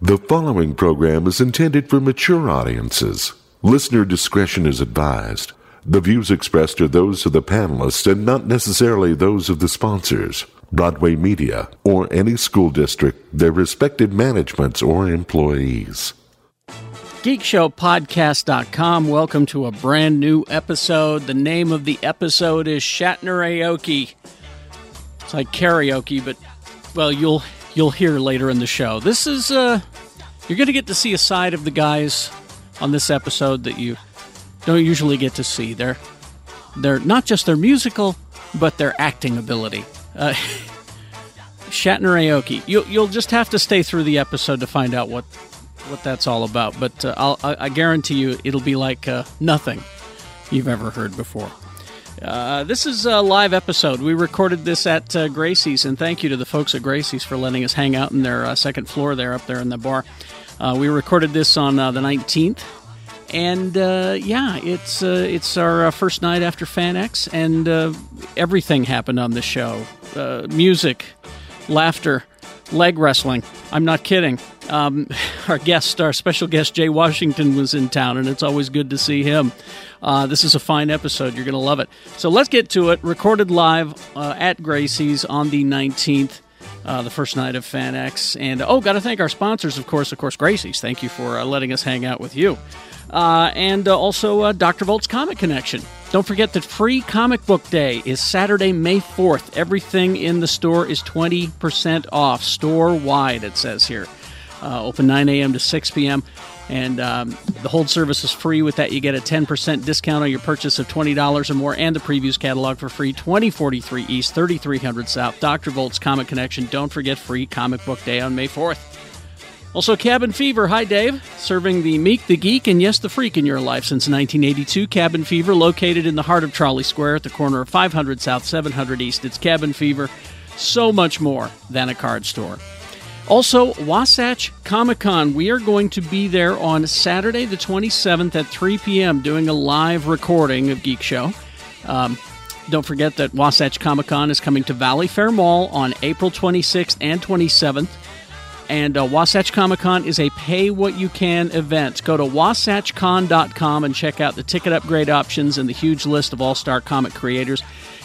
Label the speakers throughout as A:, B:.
A: The following program is intended for mature audiences. Listener discretion is advised. The views expressed are those of the panelists and not necessarily those of the sponsors, Broadway Media, or any school district, their respective managements, or employees.
B: GeekShowPodcast.com. Welcome to a brand new episode. The name of the episode is Shatner Aoki. It's like karaoke, but well, you'll you'll hear later in the show. This is uh, you're going to get to see a side of the guys on this episode that you don't usually get to see. They're they're not just their musical, but their acting ability. Uh, Shatner Aoki. You, you'll just have to stay through the episode to find out what what that's all about, but uh, I'll, I, I guarantee you it'll be like uh, nothing you've ever heard before. Uh, this is a live episode. We recorded this at uh, Gracie's, and thank you to the folks at Gracie's for letting us hang out in their uh, second floor there up there in the bar. Uh, we recorded this on uh, the 19th, and uh, yeah, it's uh, it's our uh, first night after FanX, and uh, everything happened on this show: uh, music, laughter, leg wrestling. I'm not kidding. Um, our guest, our special guest Jay Washington, was in town, and it's always good to see him. Uh, this is a fine episode. You're going to love it. So let's get to it. Recorded live uh, at Gracie's on the 19th uh, the first night of FanX. And oh, got to thank our sponsors, of course, of course, Gracie's. Thank you for uh, letting us hang out with you. Uh, and uh, also uh, Dr. Volt's Comic Connection. Don't forget that free comic book day is Saturday, May 4th. Everything in the store is 20% off, store wide, it says here. Uh, open 9 a.m. to 6 p.m. And um, the hold service is free. With that, you get a 10% discount on your purchase of $20 or more and the previews catalog for free. 2043 East, 3300 South. Dr. Volt's Comic Connection. Don't forget free comic book day on May 4th. Also, Cabin Fever. Hi, Dave. Serving the meek, the geek, and yes, the freak in your life since 1982. Cabin Fever, located in the heart of Trolley Square at the corner of 500 South, 700 East. It's Cabin Fever. So much more than a card store. Also, Wasatch Comic Con. We are going to be there on Saturday, the 27th at 3 p.m., doing a live recording of Geek Show. Um, Don't forget that Wasatch Comic Con is coming to Valley Fair Mall on April 26th and 27th. And uh, Wasatch Comic Con is a pay what you can event. Go to wasatchcon.com and check out the ticket upgrade options and the huge list of all star comic creators.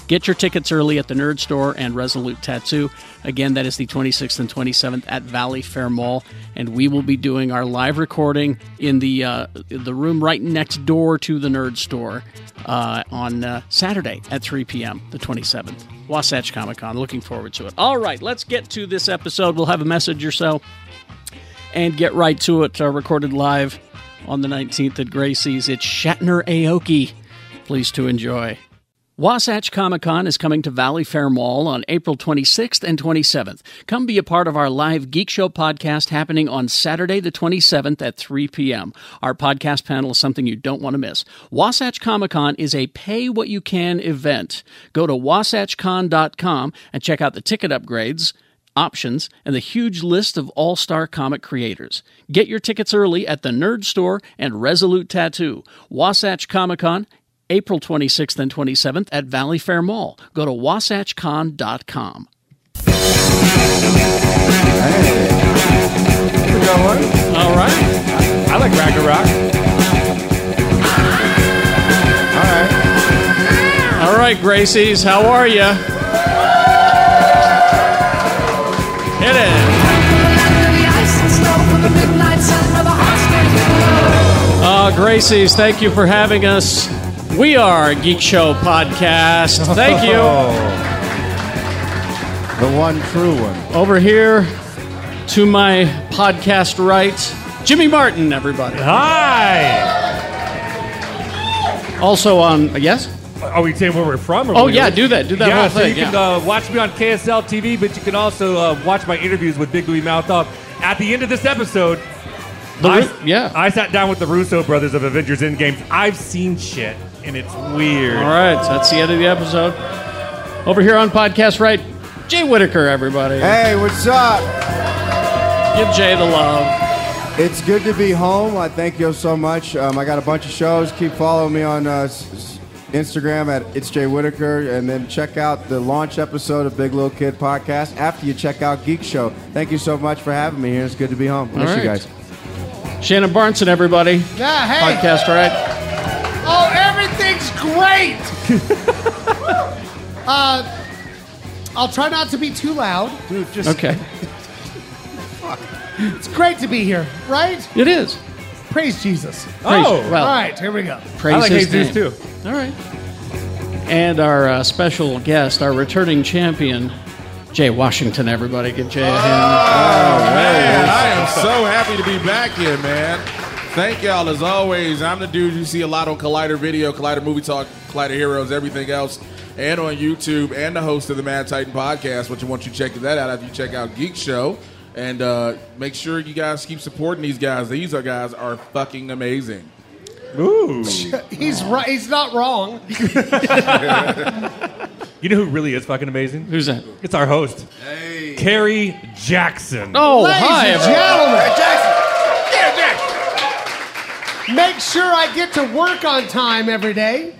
B: Get your tickets early at the Nerd Store and Resolute Tattoo. Again, that is the 26th and 27th at Valley Fair Mall, and we will be doing our live recording in the uh, the room right next door to the Nerd Store uh, on uh, Saturday at 3 p.m. the 27th. Wasatch Comic Con. Looking forward to it. All right, let's get to this episode. We'll have a message or so and get right to it. Uh, recorded live on the 19th at Gracie's. It's Shatner Aoki. Please to enjoy. Wasatch Comic Con is coming to Valley Fair Mall on April 26th and 27th. Come be a part of our live Geek Show podcast happening on Saturday, the 27th at 3 p.m. Our podcast panel is something you don't want to miss. Wasatch Comic Con is a pay what you can event. Go to wasatchcon.com and check out the ticket upgrades options, and the huge list of all star comic creators. Get your tickets early at the Nerd Store and Resolute Tattoo, Wasatch Comic Con, April 26th and 27th at Valley Fair Mall. Go to wasatchcon.com. All right.
C: I like Raga Rock.
B: All right, Gracie's, how are you? Hit it. Uh, Gracie's, thank you for having us. We are Geek Show Podcast. Thank you.
C: The one true one.
B: Over here to my podcast right, Jimmy Martin, everybody.
C: Hi.
B: Also on, yes?
C: Are we saying where we're from? Or
B: Oh,
C: we-
B: yeah, do that. Do that
C: yeah,
B: whole
C: so
B: thing.
C: you can
B: yeah.
C: uh, watch me on KSL TV, but you can also uh, watch my interviews with Big Louie Mouth Off. At the end of this episode,
B: The
C: I,
B: Ru- yeah.
C: I sat down with the Russo brothers of Avengers Endgame. I've seen shit, and it's weird.
B: All right, so that's the end of the episode. Over here on podcast right, Jay Whitaker, everybody.
D: Hey, what's up?
B: Give Jay the love.
D: It's good to be home. I thank you so much. Um, I got a bunch of shows. Keep following me on uh, s- s- Instagram at It's Jay Whitaker, and then check out the launch episode of Big Little Kid Podcast after you check out Geek Show. Thank you so much for having me here. It's good to be home. Miss
B: right.
D: you guys.
B: Shannon Barneson, everybody.
E: Yeah, hey.
B: Podcast, all right?
E: Oh, everything's great. uh, I'll try not to be too loud.
C: Dude, just
B: Okay.
E: It's great to be here, right?
B: It is.
E: Praise Jesus.
C: Oh,
B: Praise- well,
E: All right, here we go.
B: praise
C: I like
B: his
C: Jesus
B: name.
C: too.
B: All right. And our uh, special guest, our returning champion, Jay Washington, everybody. Give Jay a hand.
F: Man, I am so happy to be back here, man. Thank y'all as always. I'm the dude you see a lot on Collider Video, Collider Movie Talk, Collider Heroes, everything else, and on YouTube, and the host of the Mad Titan podcast. Which I want you to check that out after you check out Geek Show, and uh, make sure you guys keep supporting these guys. These are guys are fucking amazing.
E: He's right. He's not wrong.
C: You know who really is fucking amazing?
B: Who's that?
C: It's our host, Carrie Jackson.
B: Oh,
E: Ladies
B: hi,
E: and
B: everybody.
E: gentlemen. Make sure I get to work on time every day.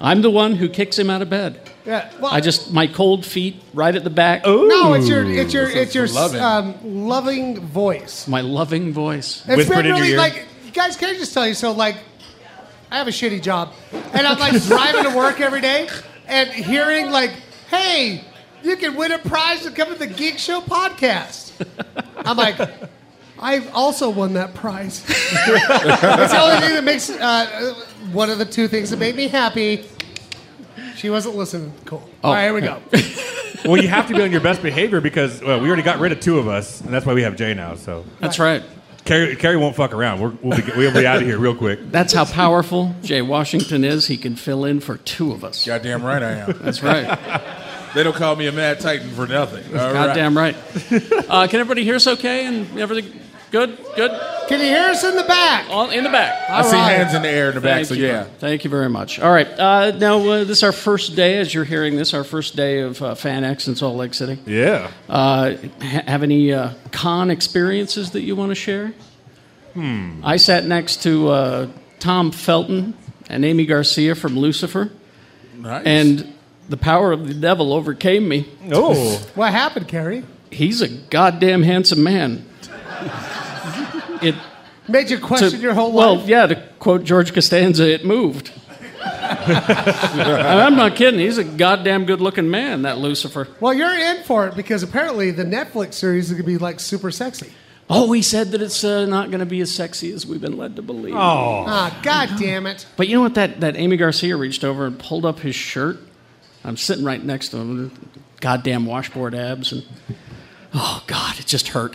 B: I'm the one who kicks him out of bed.
E: Yeah, well,
B: I just, my cold feet right at the back. Oh.
E: no. It's your it's your it's your
F: loving.
E: um, loving voice.
B: My loving voice.
E: It's
C: Whispered
E: been
C: into
E: really
C: your ear.
E: like you guys. Can I just tell you? So like, I have a shitty job, and I'm like driving to work every day, and hearing like, "Hey, you can win a prize and come to the Geek Show podcast." I'm like, I've also won that prize. it's the only thing that makes uh, one of the two things that made me happy. She wasn't listening. Cool.
C: Oh.
E: All right, here we go.
C: well, you have to be on your best behavior because well, we already got rid of two of us, and that's why we have Jay now. So
B: That's right.
C: Carrie, Carrie won't fuck around. We're, we'll, be, we'll be out of here real quick.
B: That's how powerful Jay Washington is. He can fill in for two of us.
F: Goddamn right I am.
B: That's right.
F: they don't call me a Mad Titan for nothing. All right.
B: Goddamn right. Uh, can everybody hear us okay and everything good? Good?
E: Can you hear us in the back?
B: All in the back.
F: I
E: All
F: see
E: right.
F: hands in the air in the back.
B: Thank
F: so
B: you.
F: yeah.
B: Thank you very much. All right. Uh, now, uh, this is our first day, as you're hearing this, our first day of uh, FanX in Salt Lake City.
C: Yeah.
B: Uh, ha- have any uh, con experiences that you want to share? Hmm. I sat next to uh, Tom Felton and Amy Garcia from Lucifer,
F: Nice.
B: and the power of the devil overcame me.
C: Oh.
E: What happened, Carrie?
B: He's a goddamn handsome man. It
E: Made you
B: to-
E: question your whole
B: well,
E: life.
B: yeah, to quote George Costanza, it moved. And I'm not kidding. He's a goddamn good-looking man, that Lucifer.
E: Well, you're in for it because apparently the Netflix series is going to be like super sexy.
B: Oh, he said that it's uh, not going to be as sexy as we've been led to believe.
E: Ah, god damn it.
B: But you know what? That, that Amy Garcia reached over and pulled up his shirt. I'm sitting right next to him. Goddamn washboard abs. And oh, God, it just hurt.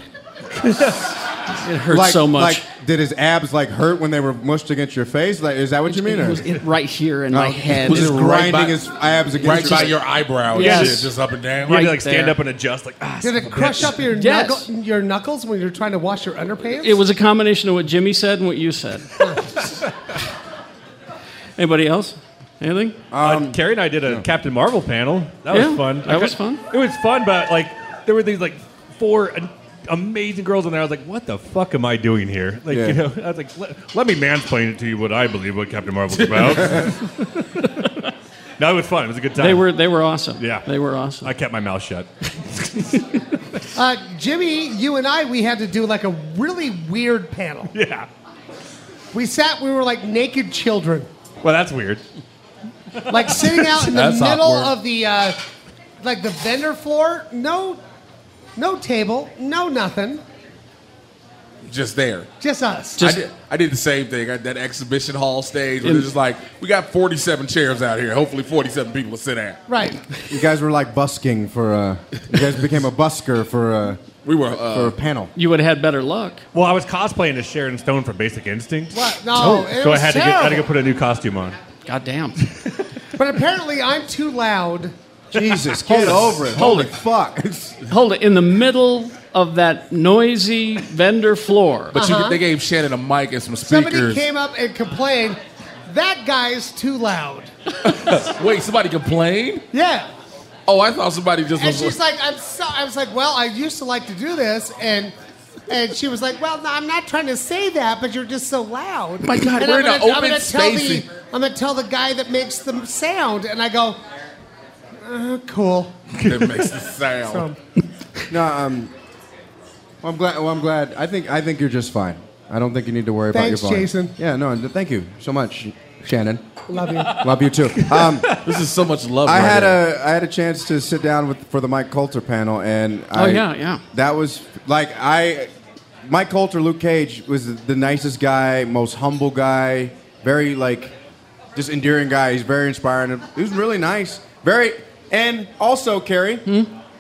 B: it hurt so much.
D: Like, did his abs like hurt when they were mushed against your face? Like, is that what you mean?
B: it
D: or-
B: was it right here in my
D: Oh,
B: head.
D: Was it
F: Just right
D: grinding
F: by-
D: his abs against
F: Right
D: your
F: by
D: face?
F: your eyebrow, and
B: Yes.
F: shit, just up and down.
C: You had
B: Right
C: to like stand
B: there.
C: up and adjust like ah.
E: Did
C: son of
E: it
C: a
E: crush
C: bitch.
E: up your,
B: Yes.
E: knuckle, your knuckles when you're trying to wash your underpants?
B: It was a combination of what Jimmy said and what you said. Anybody else? Anything?
C: Uh, Carrie and I did a Captain Marvel panel. That
B: Um, Yeah,
C: was fun.
B: that was fun.
C: It was fun, but like there were these like four a- amazing girls in there. I was like, what the fuck am I doing here? Like
D: Yeah.
C: you know, I was like, let, let me mansplain it to you what I believe what Captain Marvel's about. no, it was fun. It was a good time.
B: They were they were awesome.
C: Yeah.
B: they were awesome.
C: I kept my mouth shut.
E: uh, Jimmy, you and I, we had to do like a really weird panel.
C: Yeah.
E: We sat, we were like naked children,
C: Well, that's weird.
E: like sitting out in the
F: That's
E: middle
F: awkward.
E: of the, uh, like the vendor floor. No, no table, no nothing,
F: Just there.
E: just us.
B: Just-
F: I, did, I did the same thing at that exhibition hall stage. Where
B: In-
F: it's just like, we got 47 chairs out here. Hopefully, 47 people will sit down.
E: right.
D: You guys were like busking for. Uh, you guys became a busker for. Uh,
F: We were,
D: for
F: uh,
D: a panel.
B: you would have had better luck.
C: Well, I was cosplaying as Sharon Stone from Basic Instinct.
E: What? No, it
C: so I
E: was
C: had to, get,
E: terrible.
C: I had to go put a new costume on.
B: God damn.
E: But apparently I'm too loud.
D: Jesus, get over it.
B: Hold
D: Holy fuck.
B: Hold it in the middle of that noisy vendor floor. Uh-huh.
F: but you- they gave Shannon a mic and some
E: Somebody
F: speakers.
E: came up and complained, that guy's too loud.
F: Wait, somebody complained?
E: Yeah.
F: Oh, I thought somebody just
E: And
F: was.
E: she's like, I'm so, I was like, well, I used to like to do this. And and she was like, well, no, I'm not trying to say that, but you're just so loud.
F: My God,
E: and
F: we're
E: I'm
F: in an
E: gonna- I'm
F: open
E: gonna tell
F: space
E: the-
F: and-
E: I'm gonna tell the guy that makes the sound, and I go, uh, cool.
F: That makes the sound.
E: So,
D: No, um, well, I'm glad. Well, I'm glad. I think I think you're just fine. I don't think you need to worry
E: Thanks,
D: about your volume.
E: Jason.
D: Yeah, no, th- thank you so much, Shannon.
E: love you.
D: Love you too. Um,
F: This is so much love.
D: I
F: right
D: had
F: here.
D: a I had a chance to sit down with for the Mike Coulter panel, and
B: Oh,
D: I,
B: yeah, yeah.
D: that was like I Mike Coulter, Luke Cage was the, the nicest guy, most humble guy, very like just endearing guy. He's very inspiring. He was really nice, very and also Carrie,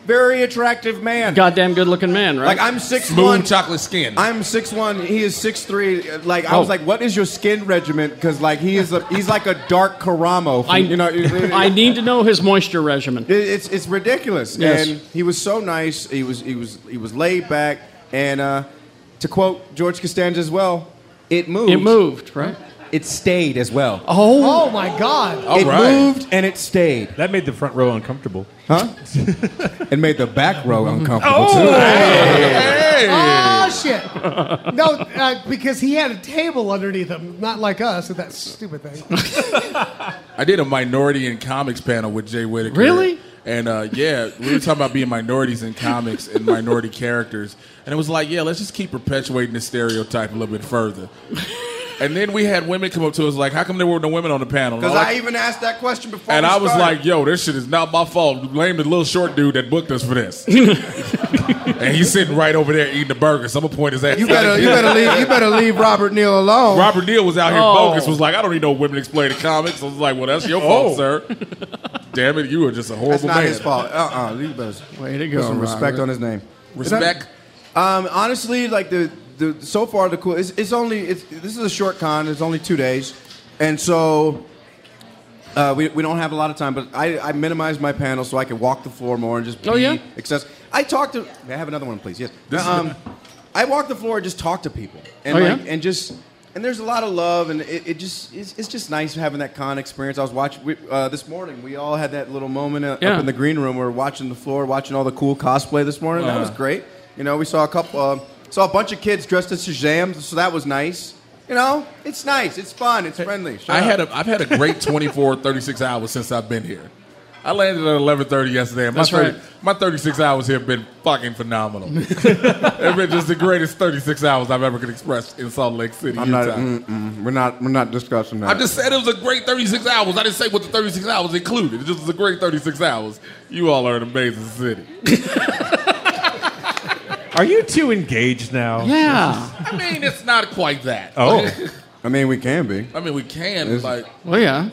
D: very attractive man.
B: Hmm? Goddamn good looking man, right?
D: Like I'm six
F: smooth
D: one.
F: chocolate skin.
D: I'm six one. He is six three. Like I was
B: Oh.
D: like, what is your skin regimen? Because like he is a, he's like a dark Karamo. From,
B: I-
D: you know,
B: I need to know his moisture regimen.
D: It, it's it's ridiculous.
B: Yes.
D: And he was so nice. He was he was he was laid back. And uh, to quote George Costanza as well, it moved.
B: It moved, right?
D: It stayed as well.
B: Oh,
E: Oh my God.
F: All
D: it
F: right.
D: moved and it stayed.
C: That made the front row uncomfortable.
D: Huh? it made the back row uncomfortable
E: Oh shit. No, uh, because he had a table underneath him, not like us with that stupid thing.
F: I did a minority in comics panel with Jay Whitaker.
B: Really?
F: And uh, yeah, we were talking about being minorities in comics and minority characters, and it was like, yeah, let's just keep perpetuating the stereotype a little bit further. And then we had women come up to us like, "How come there were no women on the panel?" And
D: Because
F: all
D: I even asked that question before.
F: and
D: we
F: I was
D: started.
F: like, "Yo, this shit is not my fault. Blame the little short dude that booked us for this." and he's sitting right over there eating the burger. So I'm gonna point his ass.
D: you
F: out
D: better you
F: again.
D: better leave you better leave Robert Neal alone.
F: Robert Neal was out here
B: Oh.
F: bogus. Was like, I don't need no women explaining comics. I was like, well, that's your
D: Oh.
F: fault, sir. Damn it, you are just a horrible
D: That's not
F: man.
D: his fault. Uh uh You better
B: Way to
D: put
B: go,
D: some respect
B: Robert.
D: on his name.
F: Respect.
D: Um, honestly, like the, the so far the cool. It's, it's only it's this is a short con. It's only two days, and so uh, we we don't have a lot of time. But I I minimized my panel so I could walk the floor more and just
B: Oh,
D: be
B: yeah?
D: access. I talked to. May I have another one, please? Yes.
F: This is-
D: um, I walked the floor and just talked to people and
B: Oh, yeah?
D: like and just. And there's a lot of love, and it, it just it's, it's just nice having that con experience. I was watching we, uh, this morning. We all had that little moment uh,
B: Yeah.
D: up in the green room. We were watching the floor, watching all the cool cosplay this morning. That was
F: Uh-huh.
D: great great. You know, we saw a couple, uh, saw a bunch of kids dressed as Shazam, so that was nice. You know, it's nice, it's fun, it's friendly. Shut
F: I
D: up.
F: had a, I've had a great 24, 36 hours since I've been here. I landed at 11:30 yesterday. And my
B: That's right.
F: My 36 hours here have been fucking phenomenal. They've been just the greatest 36 hours I've ever could express in Salt Lake City,
D: I'm not.
F: Utah.
D: Mm-mm, we're not. We're not discussing that.
F: I uh, just said it was a great 36 hours. I didn't say what the 36 hours included. It just was a great 36 hours. You all are an amazing city.
C: Are you two engaged now?
B: Yeah.
F: I mean, it's not quite that.
C: Oh,
D: I mean, we can be.
F: I mean, we can,
D: Is-
F: like,
B: Well, yeah.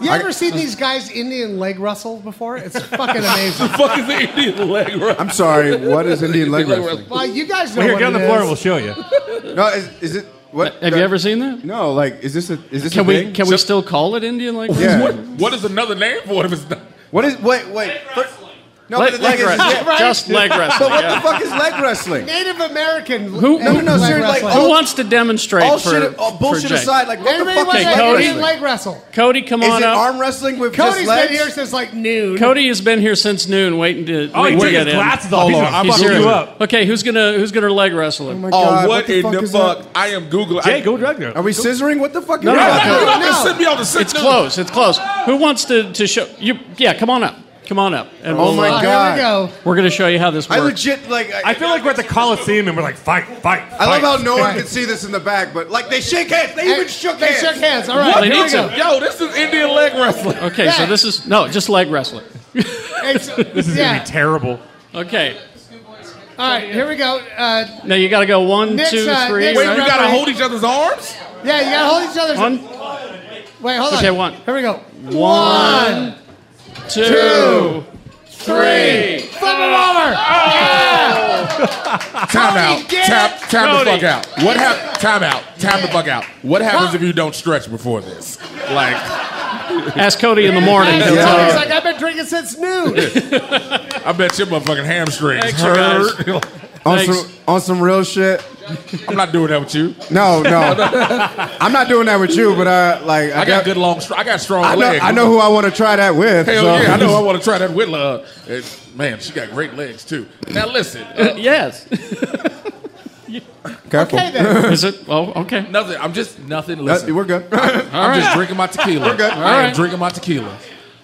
E: You ever seen these guys Indian leg wrestle before? It's fucking amazing.
F: fuck is the Indian leg roll?
D: I'm sorry. What is Indian leg wrestling?
E: Well, you guys know
C: well, here,
E: what
C: get on
E: it
C: the floor
E: is.
C: and we'll show you.
D: No, is, is it what?
B: Have you ever seen that?
D: No, like, is this a? Is this
B: Can
D: a
B: we
D: thing?
B: can we still call it Indian like
D: Yeah.
B: that?
F: What is another name for it if it's not?
D: What is? Wait, wait. First- No,
B: Leg,
D: but the
B: leg
D: thing is,
B: wrestling.
D: yeah,
B: Just leg wrestling.
D: but what
B: yeah.
D: the fuck is leg wrestling?
E: Native American.
B: Who-
E: Native
B: No, no, no,
E: leg
D: seriously, like,
E: wrestling.
B: Who wants to demonstrate
D: All
B: for,
D: shit, all
B: for
D: bullshit
B: Jake?
D: aside, like what the
E: Everybody
D: fuck
E: wants
D: is
E: to
D: leg
B: Okay, Cody?
E: Indian
D: wrestling?
E: leg wrestle.
B: Cody, come
D: Is
B: on
D: it
B: up.
D: arm wrestling with
E: Cody's
D: just legs?
E: been here since like noon.
B: Cody has been here since noon, waiting to
C: Oh,
B: wait
C: he
B: to
C: took
B: get
C: his
B: in.
C: glasses off.
F: Hold
C: He's
F: on,
C: gonna
F: I'm
B: He's
F: about
C: fuck
F: to
B: serious.
C: you up.
B: Okay, who's gonna who's gonna leg wrestle him?
D: my
F: Oh,
D: God,
F: what,
D: the
F: in
D: fuck
F: the
D: is
F: fuck?
D: that?
F: I am Googling.
C: Jay,
F: I,
C: go drug there.
D: Are we scissoring? What the fuck?
B: No,
D: you
B: no,
D: talking
B: no,
D: about?
F: You're not gonna
E: No.
F: send me on the
B: It's close. It's close. Who wants to, to show you? Yeah, come on up. Come on up. And
D: Oh
B: we'll,
D: my
B: uh,
E: Here
D: God.
E: we go.
B: We're gonna show you how this
D: I
B: works.
D: legit like. I,
C: I feel like we're at the Coliseum and we're like, fight, fight.
D: I
C: fight.
D: love how no one can see this in the back, but like they shake hands. They even
E: Hey,
D: shook
E: they
D: hands.
E: shook hands. All right.
B: Well, they
E: here we
B: need
E: go.
B: to.
F: Yo, this is Indian leg wrestling.
B: okay, so
E: Yeah.
B: this is no, just leg wrestling.
E: It's-
C: This is
E: yeah.
C: gonna be terrible.
B: Okay,
E: All right. Here we go. Uh,
B: now you got to go one,
E: Nick's,
B: two,
E: uh,
B: three.
E: Nick's
F: Wait,
E: Right.
F: we
B: right?
F: gotta hold each other's arms?
E: yeah, you gotta hold each other's.
B: One,
E: Wait, hold on.
B: Okay, one.
E: Here we go.
B: One, two, three.
E: Flip him over.
F: Time out.
E: get
F: Tap,
E: it.
F: time the
B: Cody.
F: fuck out. What hap- Time out. Time the fuck out. What happens if you don't stretch before this? Like,
B: Ask Cody in the morning.
E: Yeah.
B: he'll tell you.
E: He's like, I've been drinking since noon.
F: I bet your motherfucking hamstrings
B: Thanks, you
F: hurt.
D: On
B: Thanks.
D: some, on some real shit.
F: I'm not doing that with you.
D: No, no. I'm not doing that with you, but I like.
F: I
D: def-
F: got good long. Str- I got strong
D: I know,
F: legs.
D: I know who I want to try that with.
F: Hell
D: so.
F: yeah! I know I want to try that with uh, it- uh, man, she got great legs too. Now listen, uh,
B: Yes.
D: Careful.
E: Okay then.
B: Is it? Oh, okay.
F: Nothing. I'm just nothing.
D: Uh,
F: Listen,
D: we're good.
F: I'm just drinking my tequila. We're
D: good.
F: I'm
B: All right.
F: drinking my tequila.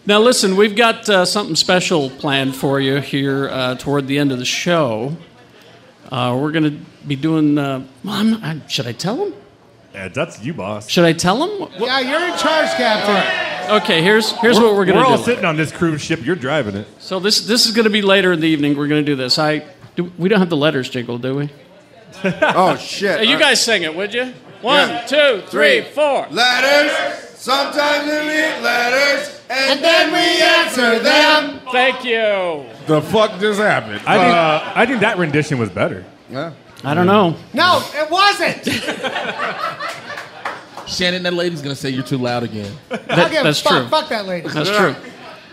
B: Now, listen, we've got uh, something special planned for you here uh, toward the end of the show. Uh, we're going to be doing. Uh, well, I'm not- I, should I tell him?
C: Yeah, Uh, that's you, boss.
B: Should I tell him?
E: yeah, you're in charge, Captain.
B: Okay, here's here's what we're going to
C: We're all
B: do.
C: sitting on this cruise ship. You're driving it.
B: So this this is going to be later in the evening. We're going to do this. I do, we don't have the letters jingled, do we?
D: oh shit.
B: Hey, you guys sing it, would you? One,
D: Yeah.
B: two, three, four.
D: Letters. Sometimes we read letters and then we answer them.
B: Thank you.
F: The fuck just happened?
C: I think, uh, I think that rendition was better.
D: Yeah.
B: I don't know.
E: No, it wasn't.
F: Shannon, that lady's gonna say you're too loud again.
E: I'll give
B: that's
E: a fuck,
B: true.
E: Fuck that lady.
B: That's true.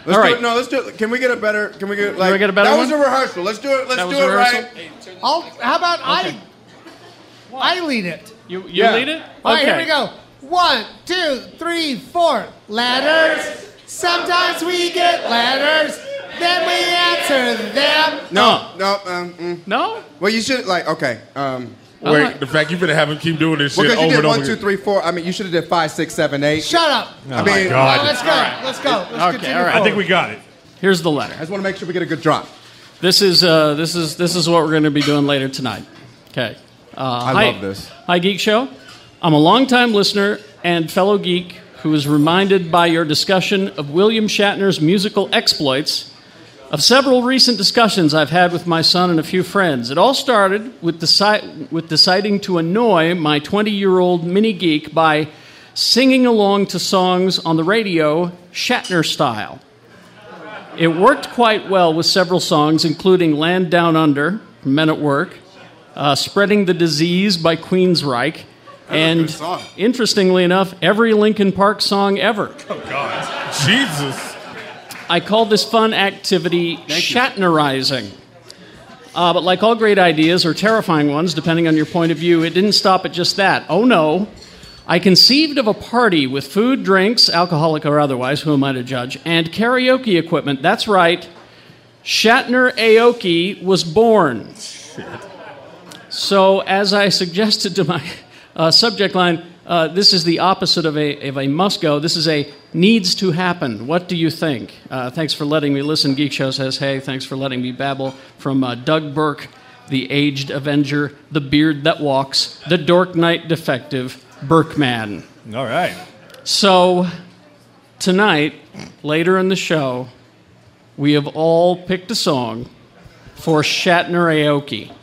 D: Let's
B: All
D: do
B: right.
D: it. No, let's do it. Can we get a better? Can we get like?
B: we get a better
D: that was a
B: one?
D: rehearsal. Let's do it. Let's
B: That
D: do
B: was
D: it
B: a rehearsal?
D: right.
E: I'll, how about I? I lead it.
B: You you
D: Yeah.
B: lead it.
E: All right, here we go. One, two, three, four. Letters. Sometimes we get letters, then we answer them.
D: No, no. Um, mm.
B: No.
D: Well, you should like. Okay. Um.
F: Wait,
B: right.
F: the fact you better have him keep doing this shit
D: Because
F: over
D: you
F: and
D: did one,
F: over
D: two,
F: again.
D: three, four. I mean, you should have did five, six, seven, eight.
E: Shut up.
D: I mean,
C: my God.
E: Oh, let's go. Let's go. Let's
B: Okay,
E: continue
B: all right.
C: I
E: forward.
C: think we got it.
B: Here's the
D: I
B: letter.
D: just want to make sure we get a good drop.
B: This is uh, this is this is what we're going to be doing later tonight. Okay. Uh, I
D: love this.
B: Hi, Geek Show. I'm a longtime listener and fellow geek who is reminded by your discussion of William Shatner's musical exploits of several recent discussions I've had with my son and a few friends. It all started with, deci- with deciding to annoy my 20 year old mini geek by singing along to songs on the radio, Shatner style. It worked quite well with several songs, including Land Down Under, Men at Work, uh, Spreading the Disease by Queensryche, and
D: song.
B: interestingly enough, every Linkin Park song ever.
F: Jesus.
B: I call this fun activity Shatnerizing. Uh, but like all great ideas, or terrifying ones, depending on your point of view, it didn't stop at just that. Oh no. I conceived of a party with food, drinks, alcoholic or otherwise, who am I to judge, and karaoke equipment. That's right. Shatner Aoki was born. So, as I suggested to my uh, subject line, uh, this is the opposite of a, of a must go. This is a needs to happen. What do you think? Uh, thanks for letting me listen. Geek Show says, hey, thanks for letting me babble. From uh, Doug Burke, the aged Avenger, the beard that walks, the dork knight defective, Burkman.
C: All right.
B: So, tonight, later in the show, we have all picked a song for Shatner Aoki.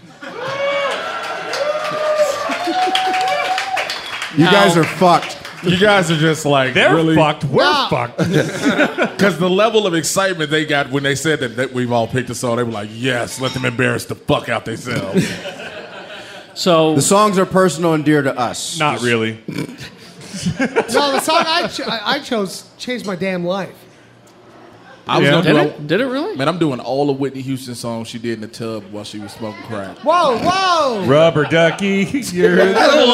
D: You
B: No.
D: guys are fucked.
F: You guys are just like
C: They're
F: really
C: fucked. We're
E: No.
C: fucked.
F: because the level of excitement they got when they said that, that we've all picked a song. They were like, "Yes, let them embarrass the fuck out themselves."
B: So
D: The songs are personal and dear to us.
C: Not really.
E: No, the song I, cho- I I chose changed my damn life.
F: I was
C: Yeah.
F: gonna
B: did
F: do a-
B: it? Did it really?
F: Man, I'm doing all of Whitney Houston songs she did in the tub while she was smoking crack.
E: Whoa, whoa.
C: Rubber ducky. You're the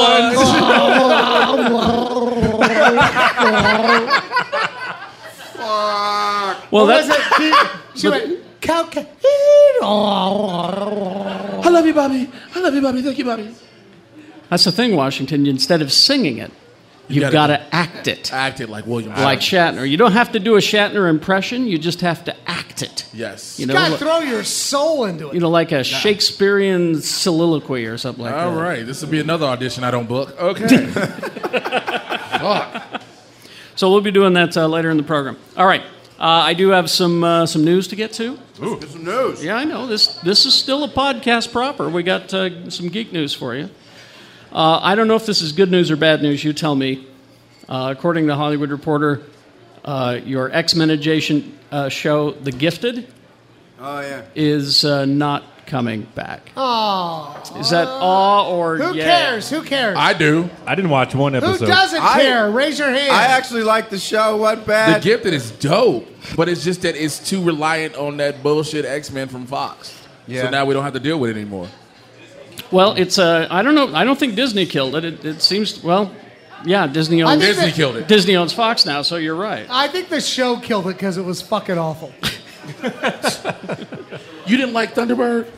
C: one.
B: Well,
E: What
B: that's
E: was it? She, she went, cow, cow.
F: I love you, Bobby. I love you, Bobby. Thank you, Bobby.
B: that's the thing, Washington. Instead of singing it,
F: You
B: you've got
F: gotta-
B: to act it
F: I acted like William.
B: like
F: Shatner.
B: Shatner. You don't have to do a Shatner impression. You just have to act it.
F: yes.
B: You
E: You
B: know,
E: gotta
B: like-
E: throw your soul into
B: you
E: it.
B: know, like a Shakespearean soliloquy or something like
F: All
B: that.
F: right, this will be another audition I don't book. Okay. Fuck.
B: So we'll be doing that uh, later in the program. All right. Uh, I do have some uh, some news to get to.
D: It's some news.
B: Yeah, I know this. This is still a podcast proper. We got uh, some geek news for you. Uh, I don't know if this is good news or bad news. You tell me. Uh, according to Hollywood Reporter, uh, your X Men adjacent uh, show, The Gifted,
D: Oh yeah.
B: is uh, not coming back.
E: Oh,
B: Is that awe or
E: who
B: yeah?
E: cares? Who cares?
F: I do.
C: I didn't watch one
E: who
C: episode.
E: doesn't
D: I-
E: care? Raise your hand.
D: I actually like the show. What
F: The
D: bad?
F: Gifted is dope, but it's just that it's too reliant on that bullshit X Men from Fox.
D: Yeah.
F: So now we don't have to deal with it anymore.
B: Well, it's uh, I don't know. I don't think Disney killed it. It, it seems well, yeah. Disney
E: I
B: owns
E: think
F: Disney
E: that-
F: killed it.
B: Disney owns Fox now, so you're right.
E: I think the show killed it because it was fucking awful.
F: You didn't like Thunderbird?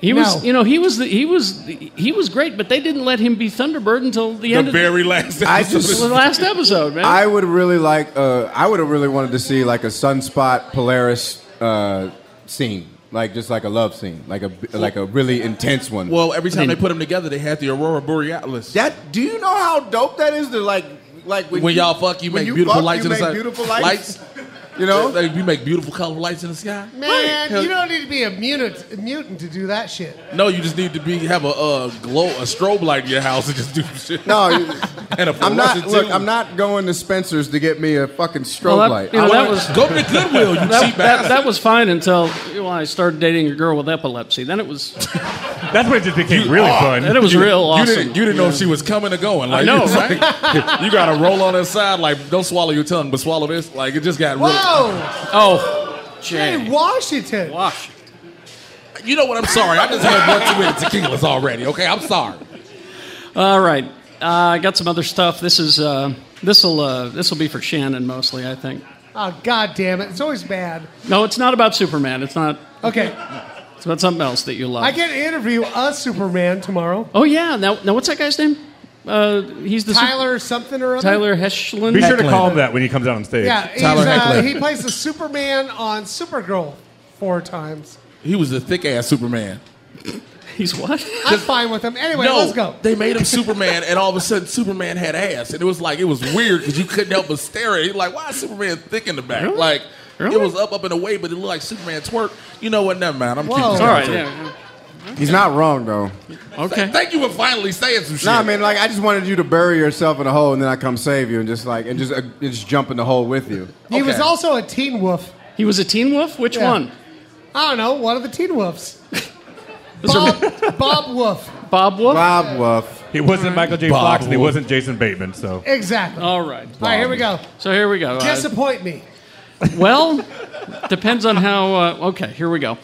B: He was,
E: No.
B: you know, he was the, he was he was great, but they didn't let him be Thunderbird until the,
F: The
B: end
F: very last
D: I
F: episode.
B: of
D: just-
B: the last episode, man.
D: I would really like. Uh, I would have really wanted to see like a sunspot Polaris uh, scene, like just like a love scene, like a like a really intense one.
F: well, every time they put them together, they had the Aurora Borealis.
D: that do you know how dope that is to like like when,
F: when y'all fuck, you
D: when
F: make beautiful
D: fuck,
F: lights
D: you
F: in the
D: make
F: sky.
D: beautiful lights. You know?
F: Like, you make beautiful color lights in the sky.
E: Man,
F: Right.
E: you don't need to be a mutant, a mutant to do that shit.
F: No, you just need to be have a uh, glow, a strobe light in your house and just do some shit.
D: No, you-
F: and a
D: I'm not.
F: fluorescent
D: Look,
F: tube.
D: I'm not going to Spencer's to get me a fucking strobe
B: Well, that-
D: light.
B: you know,
D: I
B: that
D: wanna-
B: was
F: Go to the Goodwill, you cheap
B: that, that,
F: bastard.
B: that was fine until well, I started dating a girl with epilepsy. Then it was
C: That's when it just became really
D: Oh.
B: then
C: fun.
B: it was real awesome.
F: You didn't, you didn't know if she was coming or going. Like,
B: I know,
F: you- you got to roll on her side. Like, don't swallow your tongue, but swallow this. Like, it just got real.
E: Whoa!
B: oh,
E: Hey,
B: Jay,
E: Washington.
B: wash.
F: You know what? I'm sorry. I just had one too many tequilas already. Okay, I'm sorry.
B: All right, uh, I got some other stuff. This is uh, this will uh, this will be for Shannon mostly, I think.
E: Oh god damn it! It's always bad.
B: No, it's not about Superman. It's not.
E: Okay,
B: It's about something else that you love.
E: I get to interview a Superman tomorrow.
B: oh yeah. Now, now what's that guy's name? Uh, he's the sup-
E: Tyler something or other.
B: Tyler Heschlin.
C: Be sure to call him that when he comes out on stage.
E: Yeah, he's,
F: Tyler
E: uh,
F: Heckler.
E: he plays the Superman on Supergirl four times.
F: He was a thick ass Superman.
B: He's what?
E: I'm fine with him. Anyway,
F: no,
E: let's go.
F: they made him Superman, and all of a sudden, Superman had ass, and it was like it was weird because you couldn't help but stare at it. Like, why is Superman thick in the back?
B: Really?
F: Like,
B: Really?
F: it was up, up and away, but it looked like Superman twerk. You know what? Never mind. I'm
E: Whoa.
F: keeping this
B: All right.
F: conversation.
B: Yeah.
D: He's not wrong though.
B: Okay.
F: Thank you for finally saying some shit.
D: No, nah, man. Like I just wanted you to bury yourself in a hole, and then I come save you, and just like and just uh, and just jump in the hole with you.
E: He was
F: okay.
E: also a Teen Wolf.
B: He was a Teen Wolf. Which
E: Yeah.
B: one?
E: I don't know, one of the Teen Wolves.
B: Was there
E: Bob, Bob Wolf.
B: Bob Wolf.
D: Bob Wolf.
C: He wasn't Michael J. Fox and he wasn't Jason Bateman, so.
E: Exactly. All
B: All right.
E: right, here we go.
B: So here we go. Uh,
E: Disappoint me.
B: well, depends on how. Uh, okay. Here we go.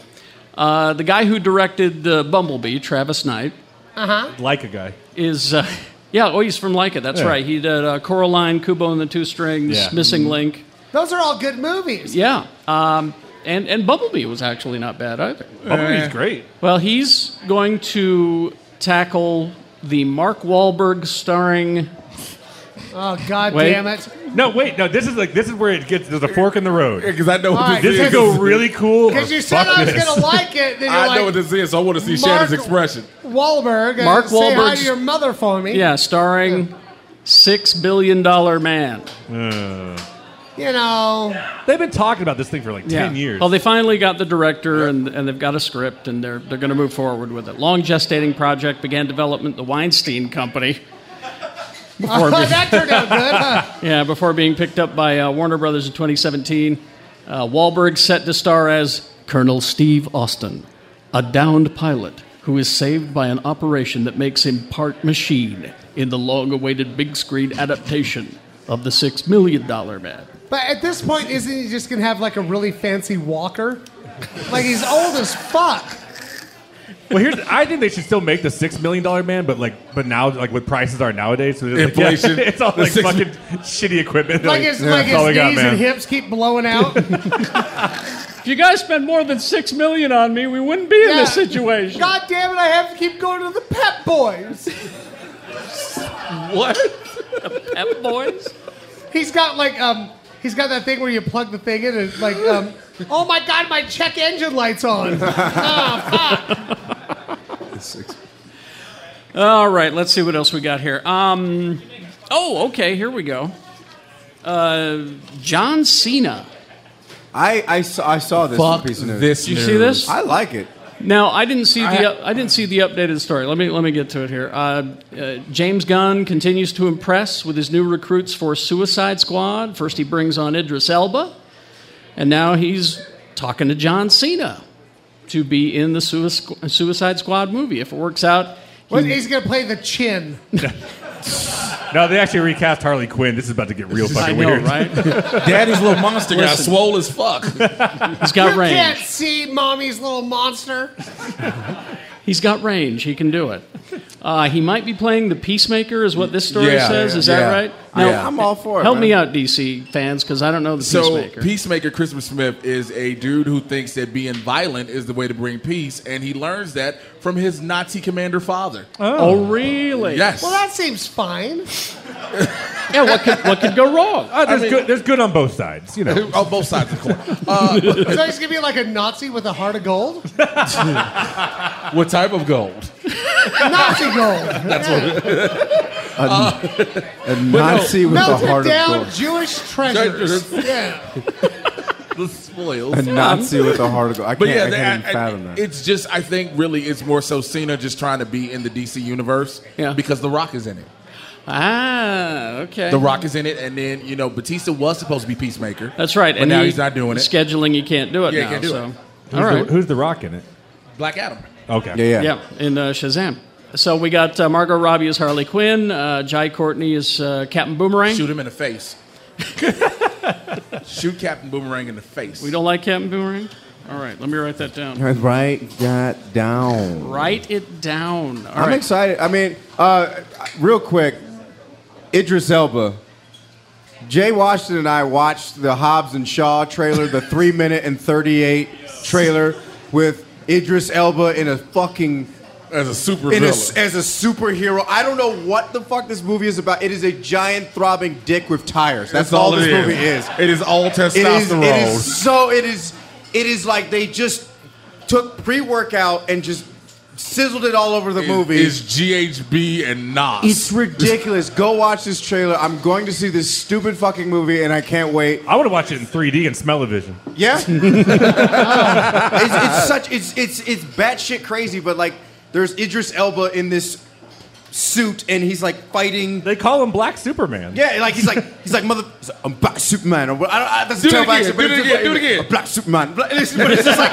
B: Uh, the guy who directed uh, Bumblebee, Travis Knight,
E: Uh-huh.
C: Like a guy.
B: is. Uh, yeah, oh, he's from Leica. That's
C: Yeah.
B: right. He did uh, Coraline, Kubo and the Two Strings,
C: Yeah. Mm-hmm.
B: Missing Link.
E: Those are all good movies.
B: Yeah, um, and and Bumblebee was actually not bad either.
F: Eh.
C: Bumblebee's great.
B: Well, he's going to tackle the Mark Wahlberg starring.
E: Oh, god
B: Wait.
E: damn it.
C: No, wait, no, this is like this is where it gets there's a fork in the road.
F: Because I know
E: All right.
F: what this
C: This
F: is.
C: could go really cool. or
E: Because you said
C: fuck
E: I was
C: this.
E: going to like it, then you're
F: I
E: like,
F: know what this is. So I want to see
E: Mark-
F: Shannon's expression.
E: Wahlberg, uh,
B: Mark
E: say hi
B: Wahlberg's-
E: to your mother for me.
B: Yeah, starring Six Billion Dollar Man.
C: Uh.
E: You know,
C: They've been talking about this thing for like
B: Yeah.
C: ten years.
B: Well, they finally got the director and, and they've got a script and they're, they're going to move forward with it. Long gestating project began development at the Weinstein Company. Before being,
E: that turned out good. huh?
B: yeah, before being picked up by uh, Warner Brothers in 2017. Uh, Wahlberg set to star as Colonel Steve Austin, a downed pilot who is saved by an operation that makes him part machine in the long awaited big screen adaptation of The Six Million Dollar Man.
E: But at this point, isn't he just going to have like a really fancy walker? Like he's old as fuck.
C: well, here's I think they should still make the six million dollar man, but like but now like what prices are nowadays, so they're just like, yeah,
F: Inflation.
C: it's all
F: The
C: like
F: six-
C: fucking shitty equipment.
E: Like his,
C: yeah,
E: like
C: that's all we
E: his
C: got,
E: knees
C: man.
E: and hips keep blowing out.
B: If you guys spent more than six million on me, we wouldn't be in
E: Yeah.
B: this situation.
E: God damn it, I have to keep going to the Pep Boys.
F: What?
B: Pep Boys?
E: He's got like um he's got that thing where you plug the thing in and it's like um oh my god my check engine light's on.
B: All right, let's see what else we got here. Um, oh, okay, here we go. Uh, John Cena.
D: I I saw, I saw this
F: Fuck
D: piece of news.
F: this.
B: You
F: news.
B: see this?
D: I like it.
B: Now, I didn't see
F: I-
B: the I didn't see the updated story. Let me let me get to it here. Uh, uh, James Gunn continues to impress with his new recruits for Suicide Squad. First, he brings on Idris Elba, and now he's talking to John Cena to be in the Suic- Suicide Squad movie. If it works out,
E: What, he's gonna play the chin.
C: No, they actually recast Harley Quinn. This is about to get real
B: I
C: fucking
B: know,
C: weird.
B: right?
F: Daddy's little monster got
B: Listen.
F: swole as fuck.
B: He's got
E: You can't
B: range.
E: see mommy's little monster.
B: He's got range. He can do it. Uh, he might be playing the Peacemaker, is what this story
F: Yeah,
B: says.
F: yeah,
B: is
D: yeah.
B: that right?
D: I- I'm all for it,
B: Help
D: man.
B: me out, DC fans, because I don't know the
F: So
B: Peacemaker.
F: Peacemaker Christopher Smith is a dude who thinks that being violent is the way to bring peace, and he learns that from his Nazi commander father.
B: oh, really?
F: Yes.
E: Well, that seems fine.
B: Yeah. What could what could go wrong?
C: Oh, there's
F: mean-
C: good. There's good on both sides. You know.
F: on both sides of the coin.
E: So he's gonna be like a Nazi with a heart of gold.
F: what type of gold?
E: Nazi gold. That's
F: Uh,
D: A Nazi with a
E: Melted
D: heart of
E: down
D: gold.
E: Jewish treasures.
F: Treasures.
E: yeah.
F: The spoils.
D: A Nazi with a heart of gold. I
F: But
D: can't,
F: yeah,
D: I can't
F: I-
D: even
F: I-
D: fathom that.
F: it's just I think really it's more so Cena just trying to be in the DC universe
B: Yeah.
F: because The Rock is in it.
B: Ah, okay.
F: The Rock is in it, and then you know Batista was supposed to be Peacemaker.
B: That's right.
F: but
B: and
F: now
B: he-
F: he's not doing it.
B: Scheduling, he can't do it
F: Yeah, he
B: now.
F: can't do
B: so.
F: it.
B: All
C: Who's
B: right.
C: the, who's the rock in it?
F: Black Adam.
C: Okay.
D: yeah, yeah.
B: Yeah, in uh, Shazam. So we got uh, Margot Robbie as Harley Quinn. Uh, Jai Courtney is uh, Captain Boomerang.
F: Shoot him in the face. Shoot Captain Boomerang in the face.
B: We don't like Captain Boomerang. All right, let me write that down.
D: Right, got down.
B: Write it down. All
D: I'm
B: right.
D: excited. I mean, uh, real quick, Idris Elba. Jay Washington and I watched the Hobbs and Shaw trailer, the three minute and 38 trailer with Idris Elba in a fucking.
F: as a super
D: In a,
F: villain.
D: as a superhero, I don't know what the fuck this movie is about. It is a giant throbbing dick with tires. That's, all, this movie is.
F: It is all
D: It is,
F: testosterone.
D: it is so it is it is like they just took pre-workout and just sizzled it all over the movie.
F: is GHB and Nas.
D: It's ridiculous. Go watch this trailer. I'm going to see this stupid fucking movie, and I can't wait.
C: I want to watch it in 3D and smell vision.
D: Yeah, it's, it's such it's it's it's batshit crazy. But like, there's Idris Elba in this suit, and he's like fighting.
C: They call him Black Superman.
D: Yeah, like he's like he's like mother. he's like, I'm black Superman. I'm, I don't, I, that's
F: Do it
D: a terrible
F: again,
D: accent, but
F: do it
D: it's
F: again,
D: just like-
F: do it again.
D: I'm black Superman. Black, and it's- but it's just like,